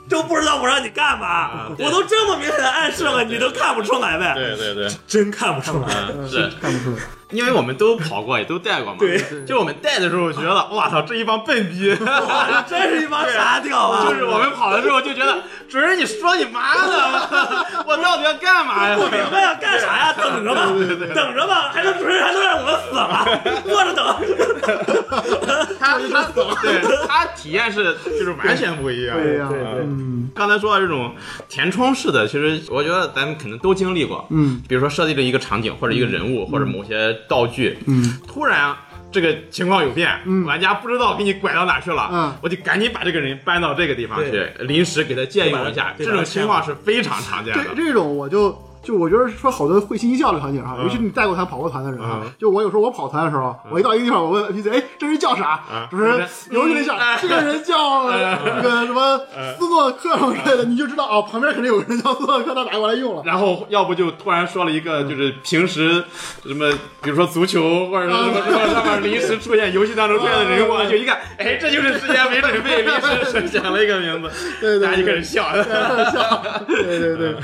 [SPEAKER 3] 都不知道我让你干嘛，
[SPEAKER 1] 啊对
[SPEAKER 3] 我都这么明显的暗示了，你都看不出来呗？
[SPEAKER 1] 对对对，
[SPEAKER 3] 真看不出来。
[SPEAKER 1] 嗯
[SPEAKER 4] 是
[SPEAKER 1] 是
[SPEAKER 4] 看不出来。
[SPEAKER 1] 因为我们都跑过，也都带过嘛。
[SPEAKER 3] 对
[SPEAKER 1] 就我们带的时候觉得，哇操，这一帮笨逼。
[SPEAKER 3] 哇 真是一帮傻屌啊！
[SPEAKER 1] 就是我们跑了之后就觉得，主任你说你妈呢？ 我到底要干嘛呀？
[SPEAKER 3] 不明白要 干啥呀？等着吧，等着吧，还能主持人还能让我们死吗？坐着等。
[SPEAKER 1] 他他对他体验是就是完全不一样。
[SPEAKER 4] 对呀
[SPEAKER 3] 对对
[SPEAKER 4] 嗯
[SPEAKER 1] 刚才说到这种填充式的，其实我觉得咱们可能都经历过。
[SPEAKER 4] 嗯，
[SPEAKER 1] 比如说设计了一个场景或者一个人物或者某些道具，
[SPEAKER 4] 嗯，
[SPEAKER 1] 突然这个情况有变，
[SPEAKER 4] 嗯
[SPEAKER 1] 玩家不知道给你拐到哪去了，
[SPEAKER 4] 嗯
[SPEAKER 1] 我就赶紧把这个人搬到这个地方去，临时给他借用一下。
[SPEAKER 3] 对
[SPEAKER 1] 这
[SPEAKER 3] 吧
[SPEAKER 1] 种情况是非常常见
[SPEAKER 4] 这
[SPEAKER 1] 的。
[SPEAKER 4] 这种我就就我觉得说好多会心一笑的场景哈，尤其是你带过团、跑过团的人啊
[SPEAKER 1] 嗯，
[SPEAKER 4] 就我有时候我跑团的时候，我一到一个地方，我问 NPC，哎，这人叫啥？
[SPEAKER 1] 嗯
[SPEAKER 4] 主持人犹豫了一下，这个人叫这个什么
[SPEAKER 1] 嗯
[SPEAKER 4] 斯诺克什么之类的，你就知道哦，旁边肯定有个人叫斯诺克，他拿过来 用了。
[SPEAKER 1] 然后要不就突然说了一
[SPEAKER 4] 嗯
[SPEAKER 1] 个，就是平时什么，比如说足球或者说什么什么上面临时出现游戏当中出现的人物啊，就一看，哎，这就是之前没准备临时想了一个名字，
[SPEAKER 4] 对
[SPEAKER 1] 大家
[SPEAKER 4] 对
[SPEAKER 1] 就开
[SPEAKER 4] 对
[SPEAKER 1] 始笑。
[SPEAKER 4] 对对对，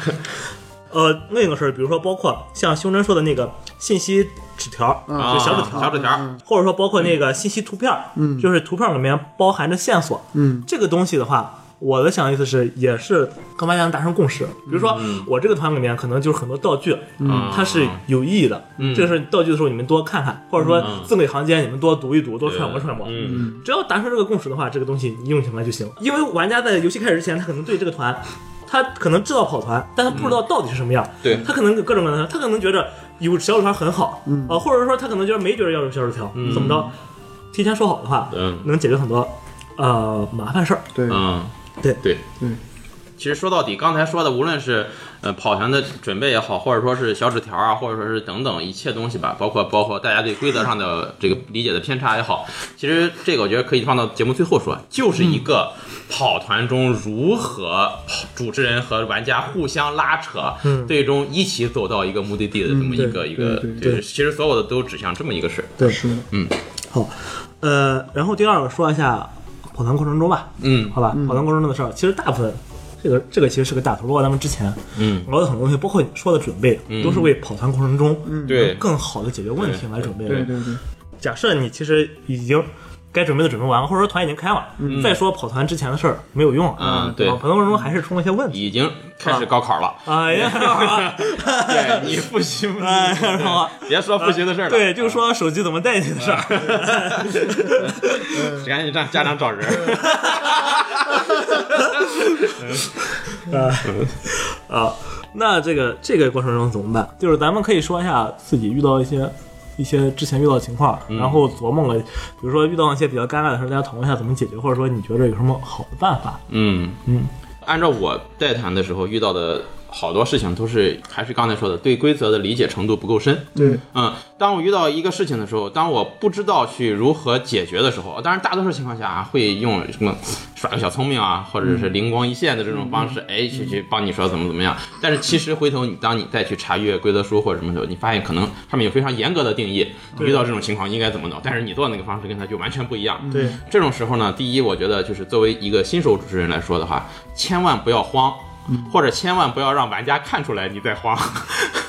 [SPEAKER 3] 呃，另一个事儿，比如说包括像胸针说的那个信息纸条，
[SPEAKER 4] 嗯
[SPEAKER 1] 啊
[SPEAKER 3] 就小纸条，
[SPEAKER 1] 小纸条，
[SPEAKER 3] 或者说包括那个信息图片，
[SPEAKER 4] 嗯
[SPEAKER 3] 就是图片里面包含着线索，
[SPEAKER 4] 嗯
[SPEAKER 3] 这个东西的话，我的想意思是，也是跟玩家能达成共识。比如说，我这个团里面可能就是很多道具，
[SPEAKER 1] 嗯
[SPEAKER 3] 它是有意义的。
[SPEAKER 1] 嗯
[SPEAKER 3] 这个是道具的时候，你们多看看，或者说
[SPEAKER 1] 嗯
[SPEAKER 3] 字里行间你们多读一读，多揣摩揣摩。
[SPEAKER 1] 嗯
[SPEAKER 3] 只要达成这个共识的话，这个东西你用起来就行。因为玩家在游戏开始之前，他可能对这个团。他可能知道跑团，但他不知道到底是什么样。
[SPEAKER 1] 对
[SPEAKER 3] 他可能有各种各样的，他可能觉着有小纸条很好，
[SPEAKER 4] 嗯
[SPEAKER 3] 啊，或者说他可能觉得没觉得要有小纸条，怎么着？提前说好的话，
[SPEAKER 1] 嗯
[SPEAKER 3] 能解决很多呃麻烦事儿。
[SPEAKER 4] 对，
[SPEAKER 1] 嗯，
[SPEAKER 3] 对
[SPEAKER 1] 对
[SPEAKER 4] 对。
[SPEAKER 1] 其实说到底，刚才说的，无论是呃跑团的准备也好，或者说是小纸条啊，或者说是等等一切东西吧，包括包括大家对规则上的这个理解的偏差也好，其实这个我觉得可以放到节目最后说，就是一个跑团中如何跑主持人和玩家互相拉扯，
[SPEAKER 3] 嗯
[SPEAKER 1] 最终一起走到一个目的地的这么一个、一个
[SPEAKER 4] 对，
[SPEAKER 1] 嗯对其实所有的都指向这么一个事儿。
[SPEAKER 3] 对，
[SPEAKER 4] 是的，
[SPEAKER 3] 好，呃，然后第二个说一下跑团过程中吧，
[SPEAKER 1] 嗯
[SPEAKER 3] 好吧，跑团过程中的事儿，其实大部分。这个这个其实是个大头，包括咱们之前
[SPEAKER 1] 嗯，
[SPEAKER 3] 聊的很多东西，包括你说的准备，啊都是为跑团过程中
[SPEAKER 1] 对
[SPEAKER 3] 更好的解决问题来准备的。
[SPEAKER 4] 嗯对对对，
[SPEAKER 3] 假设你其实已经该准备的准备完了，或者说团已经开了，
[SPEAKER 4] 嗯
[SPEAKER 3] 再说跑团之前的事儿没有用啊
[SPEAKER 1] 嗯对
[SPEAKER 3] 跑团过程中还是出了一些问题。
[SPEAKER 1] 已经开始高考了，
[SPEAKER 3] 哎呀，
[SPEAKER 1] 啊对 你复习复习
[SPEAKER 3] 哎，然后
[SPEAKER 1] 别说复习的事儿了。
[SPEAKER 3] 对，就是说手机怎么带进去的事儿。
[SPEAKER 1] 啊赶紧让家长找人。
[SPEAKER 3] 啊啊，那这个这个过程中怎么办？就是咱们可以说一下自己遇到一些一些之前遇到的情况，
[SPEAKER 1] 嗯
[SPEAKER 3] 然后琢磨了，比如说遇到一些比较尴尬的事儿，大家讨论一下怎么解决，或者说你觉得有什么好的办法？
[SPEAKER 1] 嗯
[SPEAKER 3] 嗯，
[SPEAKER 1] 按照我带团的时候遇到的好多事情，都是还是刚才说的，对规则的理解程度不够深。
[SPEAKER 4] 对，
[SPEAKER 1] 嗯，当我遇到一个事情的时候，当我不知道去如何解决的时候，当然大多数情况下、啊、会用什么耍个小聪明啊，或者是灵光一现的这种方式，哎，去去帮你说怎么怎么样。但是其实回头你当你再去查阅规则书或者什么时候，你发现可能上面有非常严格的定义，你遇到这种情况应该怎么弄，但是你做那个方式跟他就完全不一样。
[SPEAKER 3] 对，
[SPEAKER 1] 这种时候呢，第一，我觉得就是作为一个新手主持人来说的话，千万不要慌，
[SPEAKER 3] 嗯
[SPEAKER 1] 或者千万不要让玩家看出来你在慌。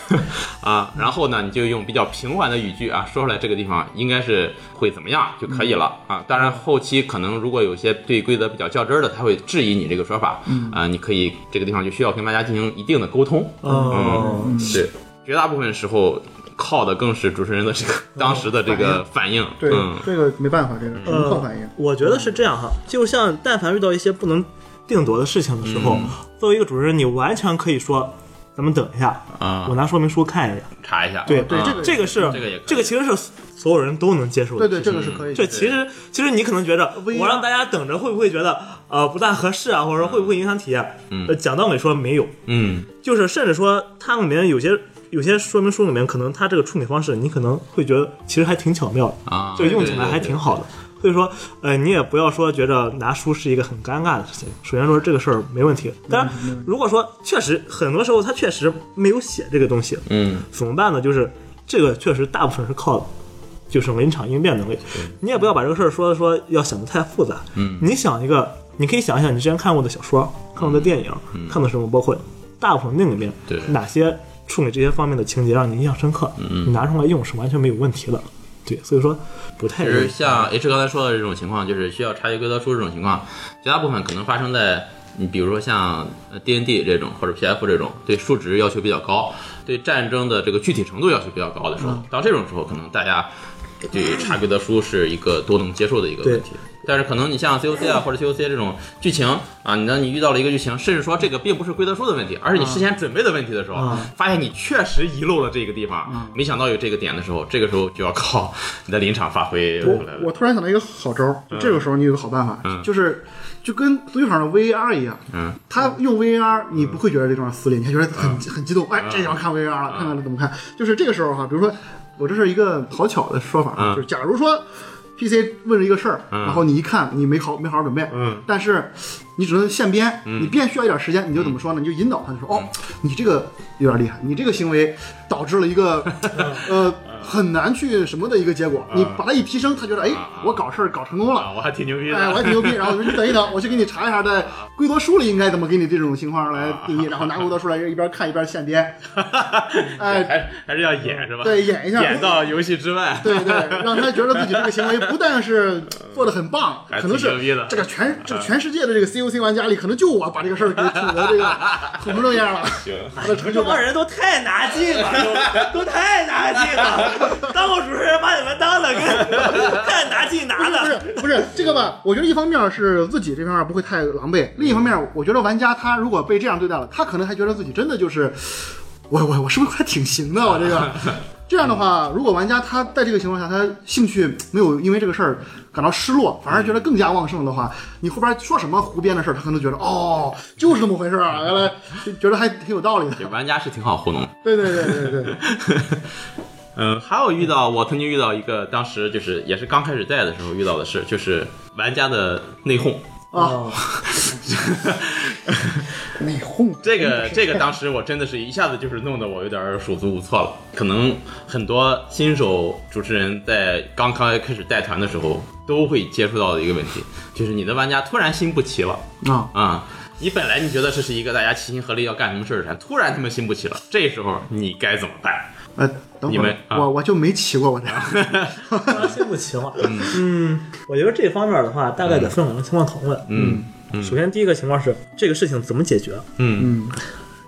[SPEAKER 1] 啊，然后呢，你就用比较平缓的语句啊，说出来这个地方应该是会怎么样就可以了
[SPEAKER 3] 嗯
[SPEAKER 1] 啊。当然，后期可能如果有些对规则比较较真儿的，他会质疑你这个说法，
[SPEAKER 3] 嗯
[SPEAKER 1] 啊，你可以这个地方就需要跟玩家进行一定的沟通。嗯
[SPEAKER 4] 嗯
[SPEAKER 3] 哦，
[SPEAKER 1] 是，绝大部分时候靠的更是主持人的这个当时的这个反应。
[SPEAKER 4] 对
[SPEAKER 1] 嗯，
[SPEAKER 4] 这个没办法，这个只能靠反应
[SPEAKER 3] 呃。。我觉得是这样哈，就像但凡遇到一些不能定夺的事情的时候，
[SPEAKER 1] 嗯
[SPEAKER 3] 作为一个主持人，你完全可以说。咱们等一下，
[SPEAKER 1] 啊
[SPEAKER 3] 我拿说明书看一下。
[SPEAKER 1] 查一下。
[SPEAKER 3] 对
[SPEAKER 4] 哦对
[SPEAKER 1] 嗯
[SPEAKER 4] 这个
[SPEAKER 3] 这个是
[SPEAKER 1] 这个也可以
[SPEAKER 3] 这个其实是所有人都能接受的
[SPEAKER 4] 对
[SPEAKER 3] 事情。
[SPEAKER 4] 对，这个是可以的。
[SPEAKER 3] 这其实其实你可能觉着，
[SPEAKER 4] 不一样
[SPEAKER 3] 我让大家等着会不会觉得呃不大合适啊，或者说会不会影响体验？
[SPEAKER 1] 嗯
[SPEAKER 3] 呃，讲道理说没有，
[SPEAKER 1] 嗯。
[SPEAKER 3] 就是甚至说它里面有些有些说明书里面，可能它这个处理方式，你可能会觉得其实还挺巧妙的，
[SPEAKER 1] 啊，
[SPEAKER 3] 就用起来还挺好的。所以说，呃，你也不要说觉着拿书是一个很尴尬的事情。首先说这个事儿没问题，当然，
[SPEAKER 4] 嗯
[SPEAKER 3] 如果说确实很多时候它确实没有写这个东西，
[SPEAKER 1] 对。对对嗯
[SPEAKER 3] 怎么办呢？就是这个确实大部分是靠就是临场应变能力。你也不要把这个事儿说的说要想的太复杂。
[SPEAKER 1] 嗯
[SPEAKER 3] 你想一个，你可以想一想你之前看过的小说、看过的电影、看过什么，包括大部分那里面
[SPEAKER 1] 嗯对
[SPEAKER 3] 哪些处理这些方面的情节让你印象深刻，
[SPEAKER 1] 嗯
[SPEAKER 3] 你拿出来用是完全没有问题的。对，所以说不太
[SPEAKER 1] 其
[SPEAKER 3] 容
[SPEAKER 1] 实
[SPEAKER 3] 易。啊
[SPEAKER 1] 像 H 刚才说的这种情况，就是需要查阅规则书这种情况，绝大部分可能发生在你比如说像呃 D N D 这种或者 P F 这种对数值
[SPEAKER 3] 嗯
[SPEAKER 1] 要求比较高，对战争的这个具体程度要求比较高的时候，到这种时候可能大家。对于差距的输是一个多能接受的一个问题。但是可能你像 COC 啊或者 COC 这种剧情啊，你当你遇到了一个剧情，甚至说这个并不是规则书的问题，而是你事先准备的问题的时候，
[SPEAKER 4] 啊
[SPEAKER 1] 发现你确实遗漏了这个地方，没想到有这个点的时候，这个时候就要靠你的临场发挥
[SPEAKER 4] 我
[SPEAKER 1] 出来
[SPEAKER 4] 我
[SPEAKER 1] 了。
[SPEAKER 4] 突然想到一个好招儿，就这个时候你有个好办法，
[SPEAKER 1] 嗯
[SPEAKER 4] 就是就跟足球场的 VAR 一样，
[SPEAKER 1] 嗯，
[SPEAKER 4] 他用 VAR 你不会觉得这地方撕裂，你还觉得很、很激动，哎，
[SPEAKER 1] 嗯
[SPEAKER 4] 这地方看 VAR 了，看看怎么看，就是这个时候哈，比如说我这是一个好巧的说法，
[SPEAKER 1] 嗯
[SPEAKER 4] 就是假如说 PC 问了一个事儿，
[SPEAKER 1] 嗯
[SPEAKER 4] 然后你一看你没好没好好准备，
[SPEAKER 2] 嗯，
[SPEAKER 4] 但是你只能现编，你编需要一点时间，你就怎么说呢？你就引导他，就说哦，你这个有点厉害，你这个行为导致了一个呃很难去什么的一个结果，你把它一提升，他觉得哎，我搞事儿搞成功了。
[SPEAKER 1] 啊，我还挺牛逼的。
[SPEAKER 4] 哎，我还 挺牛逼。然后我说你等一等，我去给你查一下，在规则书里应该怎么给你这种情况来定义。然后拿规则书来一边看一边现编，哎，
[SPEAKER 1] 还还是要演是吧？
[SPEAKER 4] 对，演一下，
[SPEAKER 1] 演到游戏之外。
[SPEAKER 4] 对对，让他觉得自己这个行为不但是做的很棒，
[SPEAKER 1] 还
[SPEAKER 4] 可能是
[SPEAKER 1] 挺牛逼的嗯
[SPEAKER 4] 这个全这全世界的这个 COC 玩家里，可能就我把这个事儿给处得这个 很不正样了。
[SPEAKER 1] 行
[SPEAKER 4] 他的成
[SPEAKER 3] 这
[SPEAKER 4] 就
[SPEAKER 3] 帮
[SPEAKER 4] 感，
[SPEAKER 3] 人都太拿劲了，都都太拿劲了，当我主持人把你们当了跟 太拿劲拿
[SPEAKER 4] 不是
[SPEAKER 3] 的。
[SPEAKER 4] 不是这个吧？我觉得一方面是自己这方面不会太狼狈，另一方面，我觉得玩家他如果被这样对待了，他可能还觉得自己真的就是我我我是不是还挺行的？我这 个。这样的话，如果玩家他在这个情况下，他兴趣没有因为这个事儿感到失落，反而觉得更加旺盛的话，你后边说什么胡编的事儿，他可能觉得哦，就是这么回事儿啊，原来就觉得还挺有道理的。
[SPEAKER 1] 对玩家是挺好糊弄的。
[SPEAKER 4] 对对对对对，
[SPEAKER 1] 嗯，还有遇到我曾经遇到一个，当时就是也是刚开始带的时候遇到的事，就是玩家的内讧。
[SPEAKER 4] 啊，内讧
[SPEAKER 1] 这个这个当时我真的是一下子就是弄得我有点儿手足无措了。可能很多新手主持人在刚刚开始带团的时候都会接触到的一个问题，就是你的玩家突然心不齐了
[SPEAKER 4] 啊，
[SPEAKER 1] 啊、你本来你觉得这是一个大家齐心合力要干什么事儿的团，突然他们心不齐了，这时候你该怎么办？
[SPEAKER 4] 呃，等
[SPEAKER 1] 你
[SPEAKER 4] 会
[SPEAKER 1] 们
[SPEAKER 4] 儿
[SPEAKER 1] 啊嗯
[SPEAKER 4] 我我就没骑过我这。
[SPEAKER 3] 心不齐嘛。嗯，我觉得这方面的话，大概得分两个情况讨论。
[SPEAKER 1] 嗯
[SPEAKER 3] 首先，第一个情况是这个事情怎么解决？
[SPEAKER 1] 嗯
[SPEAKER 4] 嗯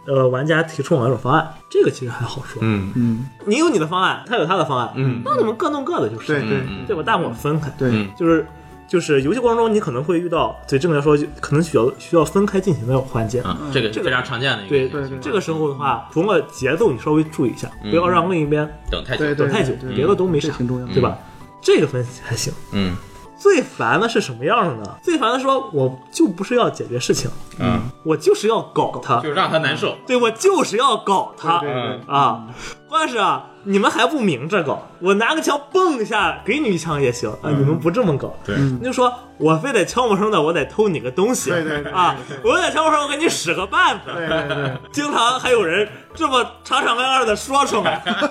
[SPEAKER 3] 呃，玩家提出某一种方案，这个其实还好说。
[SPEAKER 1] 嗯
[SPEAKER 4] 嗯，
[SPEAKER 3] 你有你的方案，他有他的方案，
[SPEAKER 1] 嗯
[SPEAKER 3] 那你们各弄各的就是
[SPEAKER 4] 对
[SPEAKER 3] 了，
[SPEAKER 4] 对
[SPEAKER 1] 嗯
[SPEAKER 3] 对吧？大伙儿分开，
[SPEAKER 4] 对，
[SPEAKER 1] 嗯
[SPEAKER 3] 就是就是游戏过程中你可能会遇到，对正确来说，可能需要需要分开进行的环节。
[SPEAKER 1] 啊，这个是非常常见的一个
[SPEAKER 3] 对
[SPEAKER 1] 情况
[SPEAKER 3] 这个时候的话，除了节奏，你稍微注意一下，不
[SPEAKER 1] 嗯
[SPEAKER 3] 要让另一边
[SPEAKER 1] 等太久，
[SPEAKER 4] 对
[SPEAKER 3] 等
[SPEAKER 4] 对
[SPEAKER 3] 太久，别的都没
[SPEAKER 4] 这
[SPEAKER 3] 啥，
[SPEAKER 4] 挺重要的
[SPEAKER 3] 对吧？这个分析还行。
[SPEAKER 1] 嗯
[SPEAKER 3] 最烦的是什么样的呢？最烦的说，我就不是要解决事情，
[SPEAKER 1] 嗯，
[SPEAKER 3] 我就是要搞他，
[SPEAKER 1] 就让他难
[SPEAKER 4] 嗯
[SPEAKER 1] 受。
[SPEAKER 3] 对我就是要搞他
[SPEAKER 4] 对对
[SPEAKER 1] 嗯
[SPEAKER 3] 啊！关键是啊，你们还不明着搞，我拿个枪蹦一下给你一枪也行啊，你
[SPEAKER 4] 嗯
[SPEAKER 3] 们不这么搞，
[SPEAKER 1] 对
[SPEAKER 3] 你就说我非得悄无声的，我得偷你个东西，
[SPEAKER 4] 对对对
[SPEAKER 3] 啊，我得悄无声，我给你使个绊
[SPEAKER 4] 对
[SPEAKER 3] 子。
[SPEAKER 4] 对对，
[SPEAKER 3] 经常还有人这么敞敞亮亮的说出来，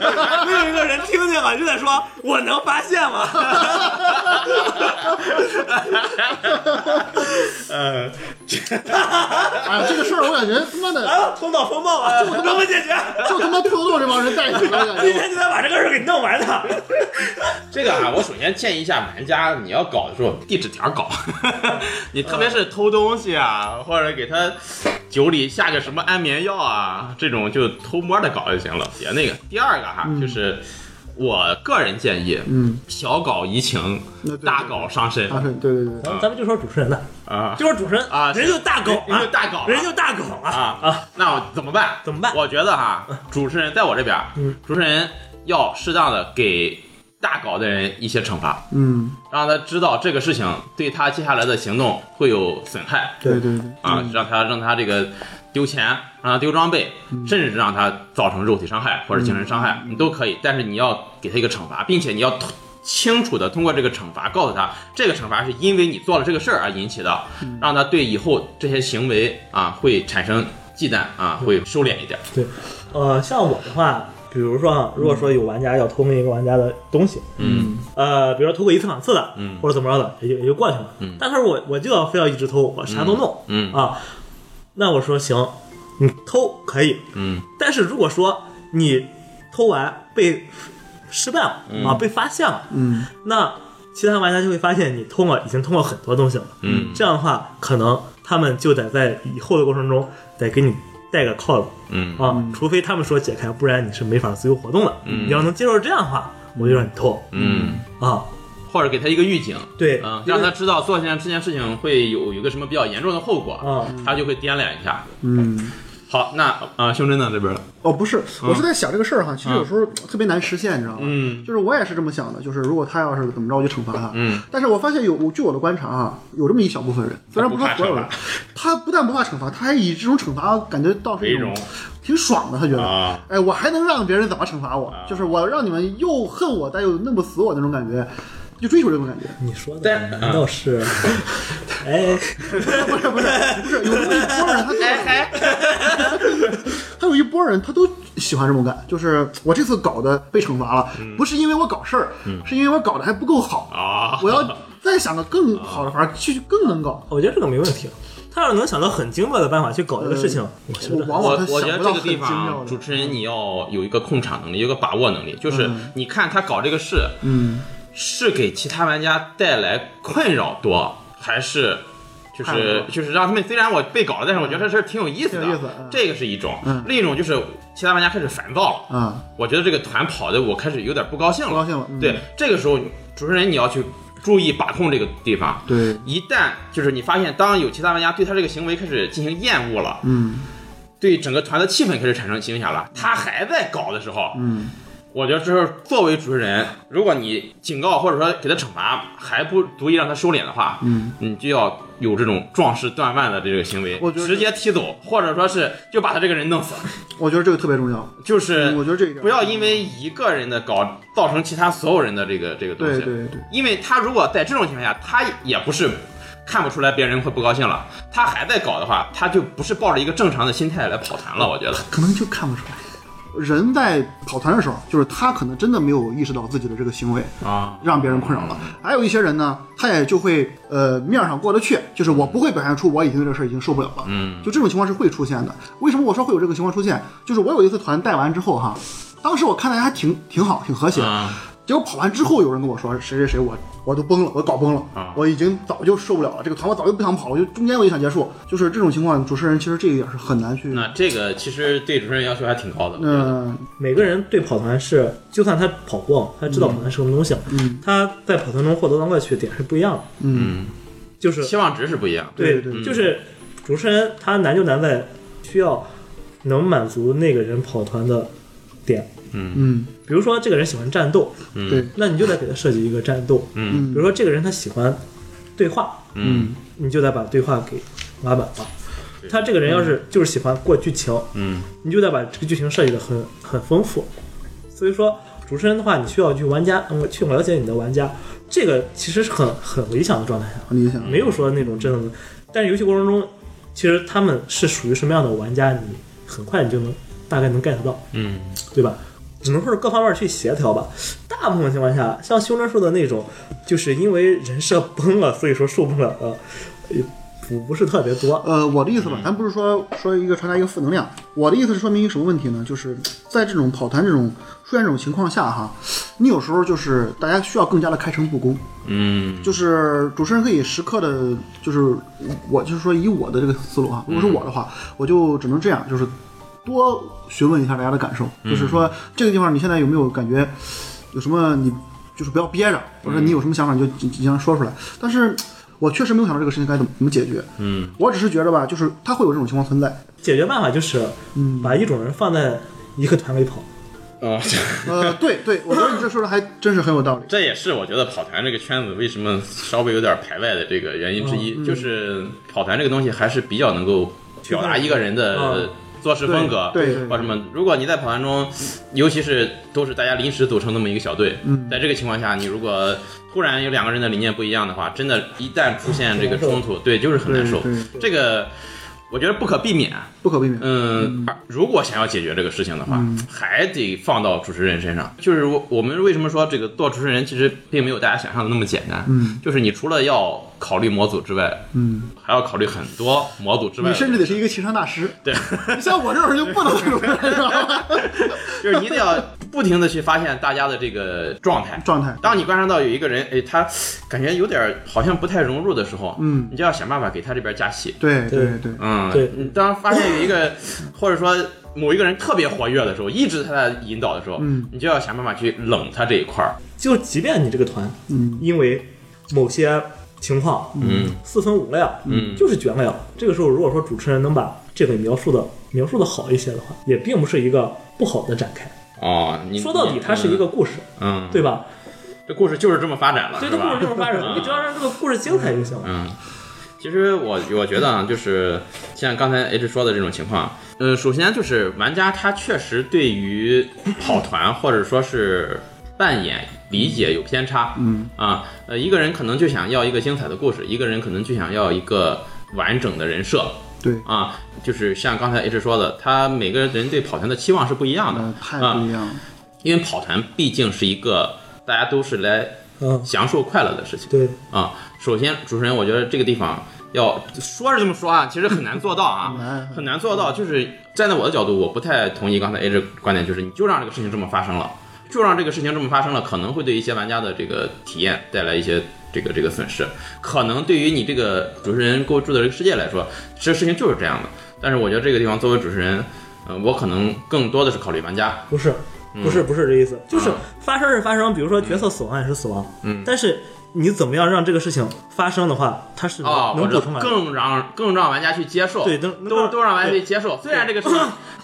[SPEAKER 3] 没有一个人听见了，就得说我能发现吗？
[SPEAKER 1] 呃，
[SPEAKER 4] 哎呀，这个事儿我感觉他妈的
[SPEAKER 3] 啊，头脑风暴
[SPEAKER 1] 哎
[SPEAKER 3] 啊，就这么解决，
[SPEAKER 4] 就他妈兔子洞这帮人带起来了，感
[SPEAKER 3] 今
[SPEAKER 4] 觉
[SPEAKER 3] 天就得把这个事儿给弄完呢。
[SPEAKER 1] 这个啊，我首先建议一下玩家，你要搞的时候递纸条搞， 你特别是偷东西
[SPEAKER 4] 嗯
[SPEAKER 1] 啊，或者给他酒里下个什么安眠药啊，这种就偷摸的搞就行了，别那个。第二个哈，就是我个人建议，
[SPEAKER 4] 嗯，
[SPEAKER 1] 小搞怡情
[SPEAKER 4] 那嗯对，对
[SPEAKER 1] 大搞伤身
[SPEAKER 4] 啊，对对对对，
[SPEAKER 3] 咱们就说主持人的，
[SPEAKER 1] 啊
[SPEAKER 3] 就说主持人
[SPEAKER 1] 啊
[SPEAKER 3] 人就大狗
[SPEAKER 1] 人
[SPEAKER 3] 啊
[SPEAKER 1] 就，大搞啊
[SPEAKER 3] 人就大狗啊
[SPEAKER 1] 啊
[SPEAKER 3] 啊！
[SPEAKER 1] 那我怎么办？
[SPEAKER 3] 怎么办
[SPEAKER 1] 我觉得哈，主持人在我这边，啊
[SPEAKER 3] 嗯
[SPEAKER 1] 主持人要适当的给大搞的人一些惩罚。
[SPEAKER 4] 嗯，
[SPEAKER 1] 让他知道这个事情对他接下来的行动会有损害
[SPEAKER 4] 对对对，
[SPEAKER 1] 啊，让他让他这个丢钱，让他丢装备，甚至让他造成肉体伤害或者精神伤害，你都可以。但是你要给他一个惩罚，并且你要通清楚的通过这个惩罚告诉他，这个惩罚是因为你做了这个事儿而引起的，让他对以后这些行为啊会产生忌惮啊，会收敛一点。
[SPEAKER 3] 对，呃，像我的话，比如说啊，如果说有玩家要偷另一个玩家的东西，
[SPEAKER 1] 嗯
[SPEAKER 3] 呃，比如说偷过一次两次的，
[SPEAKER 1] 嗯
[SPEAKER 3] 或者怎么着的，也就也就过去了。
[SPEAKER 1] 嗯
[SPEAKER 3] 但是我我就要非要一直偷，我啥都弄、
[SPEAKER 1] 嗯
[SPEAKER 3] 啊，那我说行，你偷可以，
[SPEAKER 1] 嗯
[SPEAKER 3] 但是如果说你偷完被失败了、
[SPEAKER 1] 嗯
[SPEAKER 3] 啊，被发现了，
[SPEAKER 4] 嗯
[SPEAKER 3] 那其他玩家就会发现你偷了，已经偷了很多东西了。
[SPEAKER 1] 嗯
[SPEAKER 3] 这样的话，可能他们就得在以后的过程中得给你带个铐子
[SPEAKER 1] 嗯
[SPEAKER 3] 啊，除非他们说解开，不然你是没法自由活动的。
[SPEAKER 1] 嗯
[SPEAKER 3] 你要能接受这样的话，我就让你拖
[SPEAKER 1] 嗯，
[SPEAKER 3] 啊，
[SPEAKER 1] 或者给他一个预警，
[SPEAKER 3] 对，
[SPEAKER 1] 嗯，让他知道做这件这件事情会有有一个什么比较严重的后果，
[SPEAKER 3] 啊，
[SPEAKER 1] 他就会掂量一下。
[SPEAKER 4] 嗯，
[SPEAKER 1] 好，那啊、呃胸针呢这边了，
[SPEAKER 4] 哦，不是，我是在想这个事儿哈，其实有时候特别难实现，你知道吗？
[SPEAKER 1] 嗯
[SPEAKER 4] 就是我也是这么想的，就是如果他要是怎么着，我就惩罚他。
[SPEAKER 1] 嗯，
[SPEAKER 4] 但是我发现有，我据我的观察啊，有这么一小部分人，虽然不是所有人
[SPEAKER 1] 他不怕惩，
[SPEAKER 4] 他不但不怕惩罚，他还以这种惩罚感觉到是一种
[SPEAKER 1] 为荣
[SPEAKER 4] 挺爽的，他觉得，
[SPEAKER 1] 啊
[SPEAKER 4] 哎，我还能让别人怎么惩罚我？就是我让你们又恨我，但又弄不死我那种感觉，就追求这种感觉。
[SPEAKER 3] 你说的
[SPEAKER 1] 但
[SPEAKER 3] 难道是？
[SPEAKER 1] 嗯
[SPEAKER 3] 哎，
[SPEAKER 4] 不是不是不是，有这么一波人，他都 他有一波人，他都喜欢这种感，就是我这次搞的被惩罚了，不是因为我搞事儿，是因为我搞得还不够好，
[SPEAKER 1] 嗯啊，
[SPEAKER 4] 我要再想个更好的法儿，去更能搞。
[SPEAKER 3] 我觉得这个没问题。他要是能想到很精妙的办法去搞这个事情，
[SPEAKER 1] 嗯
[SPEAKER 3] 我觉
[SPEAKER 4] 我
[SPEAKER 3] 得
[SPEAKER 4] 往
[SPEAKER 1] 我
[SPEAKER 4] 往他
[SPEAKER 1] 我觉
[SPEAKER 4] 想
[SPEAKER 1] 得这
[SPEAKER 4] 不到
[SPEAKER 1] 个
[SPEAKER 4] 很
[SPEAKER 1] 地
[SPEAKER 4] 精妙
[SPEAKER 1] 方，
[SPEAKER 4] 的。嗯
[SPEAKER 1] 主持人你要有一个控场能力，有一个把握能力，就是你看他搞这个事，
[SPEAKER 4] 嗯，
[SPEAKER 1] 是给其他玩家带来困扰多，还是就
[SPEAKER 4] 快乐
[SPEAKER 1] 是就是让他们虽然我被搞了，但是我觉得这事儿挺有意思
[SPEAKER 4] 挺
[SPEAKER 1] 的，
[SPEAKER 4] 有意思嗯
[SPEAKER 1] 这个是一种，
[SPEAKER 4] 嗯
[SPEAKER 1] 另一种就是其他玩家开始烦躁了，
[SPEAKER 4] 啊，
[SPEAKER 1] 我觉得这个团跑的我开始有点不高兴了，
[SPEAKER 4] 不高兴了嗯
[SPEAKER 1] 对，这个时候主持人你要去注意把控这个地方。
[SPEAKER 4] 对，
[SPEAKER 1] 一旦就是你发现，当有其他玩家对他这个行为开始进行厌恶了，
[SPEAKER 4] 嗯
[SPEAKER 1] 对整个团的气氛开始产生影响了，他还在搞的时候，
[SPEAKER 4] 嗯，
[SPEAKER 1] 我觉得这时候作为主持人，如果你警告或者说给他惩罚还不足以让他收敛的话，
[SPEAKER 4] 嗯，
[SPEAKER 1] 你就要有这种壮士断腕的这个行为，
[SPEAKER 4] 我觉得
[SPEAKER 1] 直接踢走，或者说是就把他这个人弄死，
[SPEAKER 4] 我觉得这个特别重要。
[SPEAKER 1] 就是
[SPEAKER 4] 我觉得这一点
[SPEAKER 1] 哎不要因为一个人的搞造成其他所有人的这个这个东西，
[SPEAKER 4] 对对对，
[SPEAKER 1] 因为他如果在这种情况下，他也不是。看不出来别人会不高兴了，他还在搞的话，他就不是抱着一个正常的心态来跑团了。我觉得，
[SPEAKER 4] 可能就看不出来。人在跑团的时候，就是他可能真的没有意识到自己的这个行为
[SPEAKER 1] 啊，
[SPEAKER 4] 让别人困扰了。还有一些人呢，他也就会呃面上过得去，就是我不会表现出我已经对这事儿已经受不了了。
[SPEAKER 1] 嗯，
[SPEAKER 4] 就这种情况是会出现的。为什么我说会有这个情况出现？就是我有一次团带完之后哈，当时我看大家还挺挺好，挺和谐。
[SPEAKER 1] 啊
[SPEAKER 4] 结果跑完之后，有人跟我说谁谁谁我我都崩了，我搞崩了，
[SPEAKER 1] 啊
[SPEAKER 4] 我已经早就受不了了，这个团我早就不想跑，我就中间我就想结束。就是这种情况，主持人其实这一点是很难去。
[SPEAKER 1] 那这个其实对主持人要求还挺高的。
[SPEAKER 4] 嗯、
[SPEAKER 3] 每个人对跑团是，就算他跑过，他知道跑团是什么东西，
[SPEAKER 4] 嗯
[SPEAKER 3] 他在跑团中获得的乐趣点是不一样的，
[SPEAKER 4] 嗯，
[SPEAKER 3] 就是
[SPEAKER 1] 期望值是不一样。
[SPEAKER 4] 对对对
[SPEAKER 3] 就是主持人他难就难在需要能满足那个人跑团的点，
[SPEAKER 4] 嗯，
[SPEAKER 3] 比如说这个人喜欢战斗，
[SPEAKER 4] 对，
[SPEAKER 3] 那你就得给他设计一个战斗，
[SPEAKER 1] 嗯
[SPEAKER 3] 比
[SPEAKER 4] 嗯
[SPEAKER 3] 如说这个人他喜欢对话，
[SPEAKER 1] 嗯
[SPEAKER 3] 你就得把对话给拉满了。他这个人要是就是喜欢过剧情，
[SPEAKER 1] 嗯
[SPEAKER 3] 你就得把这个剧情设计的很很丰富。所以说，主持人的话，你需要去玩家，嗯，去了解你的玩家，这个其实是很很理想的状态下，
[SPEAKER 4] 很理想。
[SPEAKER 3] 没有说那种真的。但是游戏过程中，其实他们是属于什么样的玩家，你很快你就能大概能 get 到，
[SPEAKER 1] 嗯
[SPEAKER 3] 对吧？只能说是各方面去协调吧。大部分情况下，像修真说的那种，就是因为人设崩了，所以说受不了了，也不不是特别多。
[SPEAKER 4] 呃，我的意思吧，咱不是说说一个传达一个负能量，我的意思是说明一个什么问题呢？就是在这种跑团这种出现这种情况下哈，你有时候就是大家需要更加的开诚布公，
[SPEAKER 1] 嗯
[SPEAKER 4] 就是主持人可以时刻的，就是我就是说以我的这个思路啊，如果是我的话，我就只能这样，就是多询问一下大家的感受，就是说这个地方你现在有没有感觉有什么你就是不要憋着，或者你有什么想法你就尽尽量说出来。但是我确实没有想到这个事情该怎么怎么解决，
[SPEAKER 1] 嗯
[SPEAKER 4] 我只是觉得吧，就是它会有这种情况存在。
[SPEAKER 3] 解决办法就是
[SPEAKER 4] 嗯，
[SPEAKER 3] 把一种人放在一个团里跑，
[SPEAKER 1] 啊，这
[SPEAKER 4] 呃，对对，我觉得你这说的还真是很有道理。
[SPEAKER 1] 这也是我觉得跑团这个圈子为什么稍微有点排外的这个原因之
[SPEAKER 4] 嗯
[SPEAKER 1] 一，就是跑团这个东西还是比较能够表达一个人的
[SPEAKER 3] 嗯
[SPEAKER 1] 做事风格。
[SPEAKER 4] 对对
[SPEAKER 1] 或什么？如果你在跑团中，尤其是都是大家临时组成那么一个小队，
[SPEAKER 4] 嗯
[SPEAKER 1] 在这个情况下，你如果突然有两个人的理念不一样的话，真的，一旦出现这个冲突，对，就是很难受
[SPEAKER 4] 对对。
[SPEAKER 1] 这个我觉得不可避免。啊
[SPEAKER 4] 不可避免。
[SPEAKER 1] 嗯，而如果想要解决这个事情的话，
[SPEAKER 4] 嗯
[SPEAKER 1] 还得放到主持人身上。就是我我们为什么说这个做主持人其实并没有大家想象的那么简单。
[SPEAKER 4] 嗯，
[SPEAKER 1] 就是你除了要考虑模组之外，
[SPEAKER 4] 嗯，
[SPEAKER 1] 还要考虑很多模组之外的，
[SPEAKER 4] 你甚至得是一个情商大师，
[SPEAKER 1] 对，
[SPEAKER 4] 像我这种人就不能这种人，知道吧？
[SPEAKER 1] 就是你得要不停的去发现大家的这个状态。
[SPEAKER 4] 状态。
[SPEAKER 1] 当你观察到有一个人，哎，他感觉有点儿好像不太融入的时候，
[SPEAKER 4] 嗯
[SPEAKER 1] 你就要想办法给他这边加戏。
[SPEAKER 4] 对
[SPEAKER 3] 对
[SPEAKER 4] 对，
[SPEAKER 1] 嗯，
[SPEAKER 3] 对
[SPEAKER 1] 你当发现有一个，或者说某一个人特别活跃的时候，一直在他的引导的时候，
[SPEAKER 4] 嗯
[SPEAKER 1] 你就要想办法去冷他这一块儿。
[SPEAKER 3] 就即便你这个团
[SPEAKER 4] 嗯
[SPEAKER 3] 因为某些情况，
[SPEAKER 1] 嗯，
[SPEAKER 3] 四分五裂，
[SPEAKER 1] 嗯
[SPEAKER 3] 就是卷了。这个时候，如果说主持人能把这个描述的描述的好一些的话，也并不是一个不好的展开。
[SPEAKER 1] 哦，你
[SPEAKER 3] 说到底，它是一个故事，
[SPEAKER 1] 嗯，嗯，
[SPEAKER 3] 对吧？
[SPEAKER 1] 这故事就是这么发展了，
[SPEAKER 3] 所以
[SPEAKER 1] 是
[SPEAKER 3] 这
[SPEAKER 1] 吧
[SPEAKER 3] 故事这么发展，你只要让这个故事精彩就行了。
[SPEAKER 1] 嗯， 其实我我觉得啊，就是像刚才 H 说的这种情况，呃，首先就是玩家他确实对于跑团或者说是扮演理解有偏差，嗯啊，呃，一个人可能就想要一个精彩的故事，一个人可能就想要一个完整的人设
[SPEAKER 4] 对，
[SPEAKER 1] 啊，就是像刚才 H 说的，他每个人对跑团的期望是不一样的
[SPEAKER 4] 呃，太
[SPEAKER 1] 啊
[SPEAKER 4] 不一样了。
[SPEAKER 1] 因为跑团毕竟是一个大家都是来
[SPEAKER 3] 嗯，
[SPEAKER 1] 享受快乐的事情，
[SPEAKER 3] 对，
[SPEAKER 1] 啊，首先主持人，我觉得这个地方要说是这么说啊，其实很难做到
[SPEAKER 4] 很
[SPEAKER 1] 啊
[SPEAKER 4] 难，
[SPEAKER 1] 很难做到。就是站在我的角度，我不太同意刚才 A 这观点，就是你就让这个事情这么发生了，就让这个事情这么发生了，可能会对一些玩家的这个体验带来一些。这个这个损失，可能对于你这个主持人构筑的这个世界来说，这事情就是这样的。但是我觉得这个地方作为主持人，呃，我可能更多的是考虑玩家，
[SPEAKER 3] 不是，不是，不是这意思，就是
[SPEAKER 1] 嗯
[SPEAKER 3] 发生是发生，比如说角色死亡也是死亡，
[SPEAKER 1] 嗯
[SPEAKER 3] 但是你怎么样让这个事情发生的话，它是
[SPEAKER 1] 哦，
[SPEAKER 3] 能
[SPEAKER 1] 我
[SPEAKER 3] 能
[SPEAKER 1] 知道
[SPEAKER 3] 补充完的。
[SPEAKER 1] 更让更让玩家去接受，
[SPEAKER 3] 对
[SPEAKER 1] 都
[SPEAKER 3] 能
[SPEAKER 1] 都
[SPEAKER 3] 让
[SPEAKER 1] 都让玩家去接受。虽然这个事情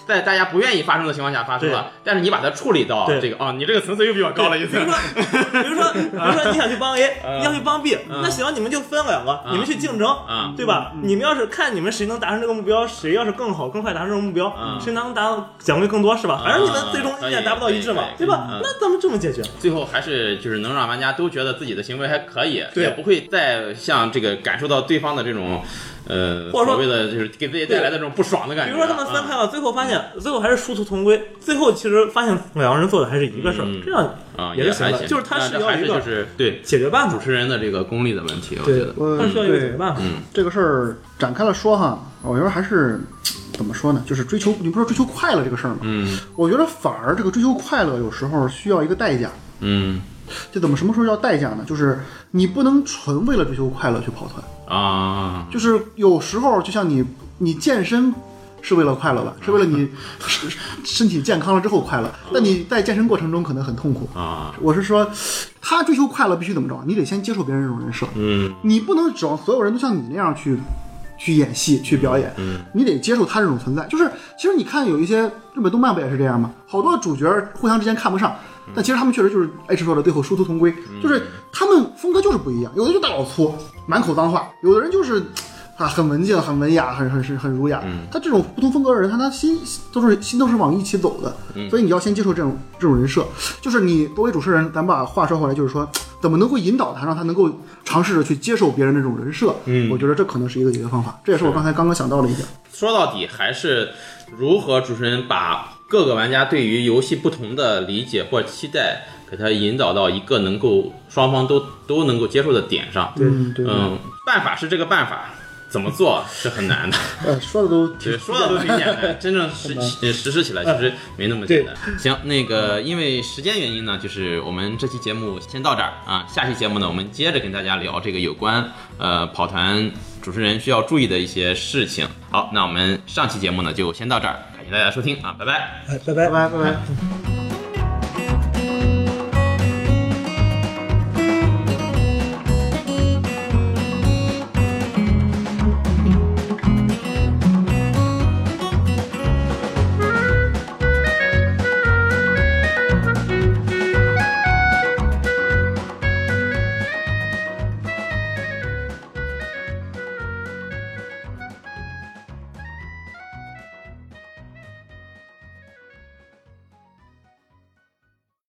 [SPEAKER 1] 在大家不愿意发生的情况下发生了，但是你把它处理到
[SPEAKER 3] 对
[SPEAKER 1] 这个哦，你这个层次又比嗯我高了一
[SPEAKER 3] 比
[SPEAKER 1] 层
[SPEAKER 3] 如。说，比如说，比如说你想去帮 A，你想去帮 B，那行，你们就分两个，你们去竞争
[SPEAKER 1] 嗯，
[SPEAKER 3] 对吧？你们要是看你们谁能达成这个目标，谁要是更好、更快达成这个目标
[SPEAKER 1] 嗯，
[SPEAKER 3] 谁能达到奖励更多，是吧？反正你们最终意见达不到一致嘛
[SPEAKER 1] 可以，
[SPEAKER 3] 对
[SPEAKER 1] 可以
[SPEAKER 3] 吧
[SPEAKER 1] 嗯？
[SPEAKER 3] 那咱们这么解决，
[SPEAKER 1] 最后还是就是能让玩家都觉得自己的行为还可以，
[SPEAKER 3] 对
[SPEAKER 1] 也不会再像这个感受到对方的这种，呃，
[SPEAKER 3] 或者说
[SPEAKER 1] 所谓的就是给自己带来的这种不爽的感
[SPEAKER 3] 比
[SPEAKER 1] 觉。啊
[SPEAKER 3] 如说他们分开了，最后发现最后还是殊途同归，最后其实发现两个人做的还是一个事儿
[SPEAKER 1] 嗯，
[SPEAKER 3] 这样
[SPEAKER 1] 啊，啊
[SPEAKER 3] 也
[SPEAKER 1] 也
[SPEAKER 3] 是行
[SPEAKER 1] 还
[SPEAKER 3] 的
[SPEAKER 1] 行，
[SPEAKER 3] 就是他
[SPEAKER 1] 那
[SPEAKER 3] 是
[SPEAKER 1] 这
[SPEAKER 3] 要
[SPEAKER 1] 还
[SPEAKER 3] 一
[SPEAKER 1] 是
[SPEAKER 3] 个
[SPEAKER 1] 就是对
[SPEAKER 3] 解决办法
[SPEAKER 1] 主。持人的这个功力的问题，我觉得，
[SPEAKER 3] 他
[SPEAKER 4] 嗯，
[SPEAKER 3] 需要一个解
[SPEAKER 4] 对
[SPEAKER 3] 决办法，
[SPEAKER 1] 嗯
[SPEAKER 4] 这个事儿展开了说哈，我觉得还是怎么说呢？就是追求，你不是说追求快乐这个事儿吗？
[SPEAKER 1] 嗯
[SPEAKER 4] 我觉得反而这个追求快乐有时候需要一个代价。
[SPEAKER 1] 嗯
[SPEAKER 4] 这怎么什么时候叫代价呢？就是你不能纯为了追求快乐去跑团，
[SPEAKER 1] 啊，
[SPEAKER 4] 就是有时候就像你你健身。是为了快乐吧？是为了你 身身体健康了之后快乐。那你在健身过程中可能很痛苦
[SPEAKER 1] 啊。
[SPEAKER 4] 我是说，他追求快乐必须怎么着？你得先接受别人这种人设。
[SPEAKER 1] 嗯
[SPEAKER 4] 你不能指望所有人都像你那样去去演戏、去表演，你得接受他这种存在。就是其实你看有一些日本动漫不也是这样吗？好多主角互相之间看不上。但其实他们确实就是 H 说的，最后殊途同归，就是他们风格就是不一样，有的就大老粗，满口脏话，有的人就是啊很文静、很文雅、很很很很儒雅。他这种不同风格的人，他他心都是心都是往一起走的，所以你要先接受这种这种人设。就是你作为主持人，咱把话说回来，就是说怎么能够引导他，让他能够尝试着去接受别人那种人设。嗯，我觉得这可能是一个解决方法，这也是我刚才刚刚想到的一点。
[SPEAKER 1] 说到底还是如何主持人把各个玩家对于游戏不同的理解或期待，给他引导到一个能够双方都都能够接受的点上。
[SPEAKER 3] 对
[SPEAKER 4] 嗯，对，
[SPEAKER 1] 嗯，办法是这个办法，怎么做是很难的。
[SPEAKER 4] 呃，说的都
[SPEAKER 1] 其
[SPEAKER 4] 挺
[SPEAKER 1] 实说的都挺简 单，真正实实实施起来其实没那么简单。行，那个因为时间原因呢，就是我们这期节目先到这儿啊。下期节目呢，我们接着跟大家聊这个有关呃跑团主持人需要注意的一些事情。好，那我们上期节目呢就先到这儿，感谢大家收听啊，拜拜。
[SPEAKER 3] 哎拜拜
[SPEAKER 4] 拜拜拜拜。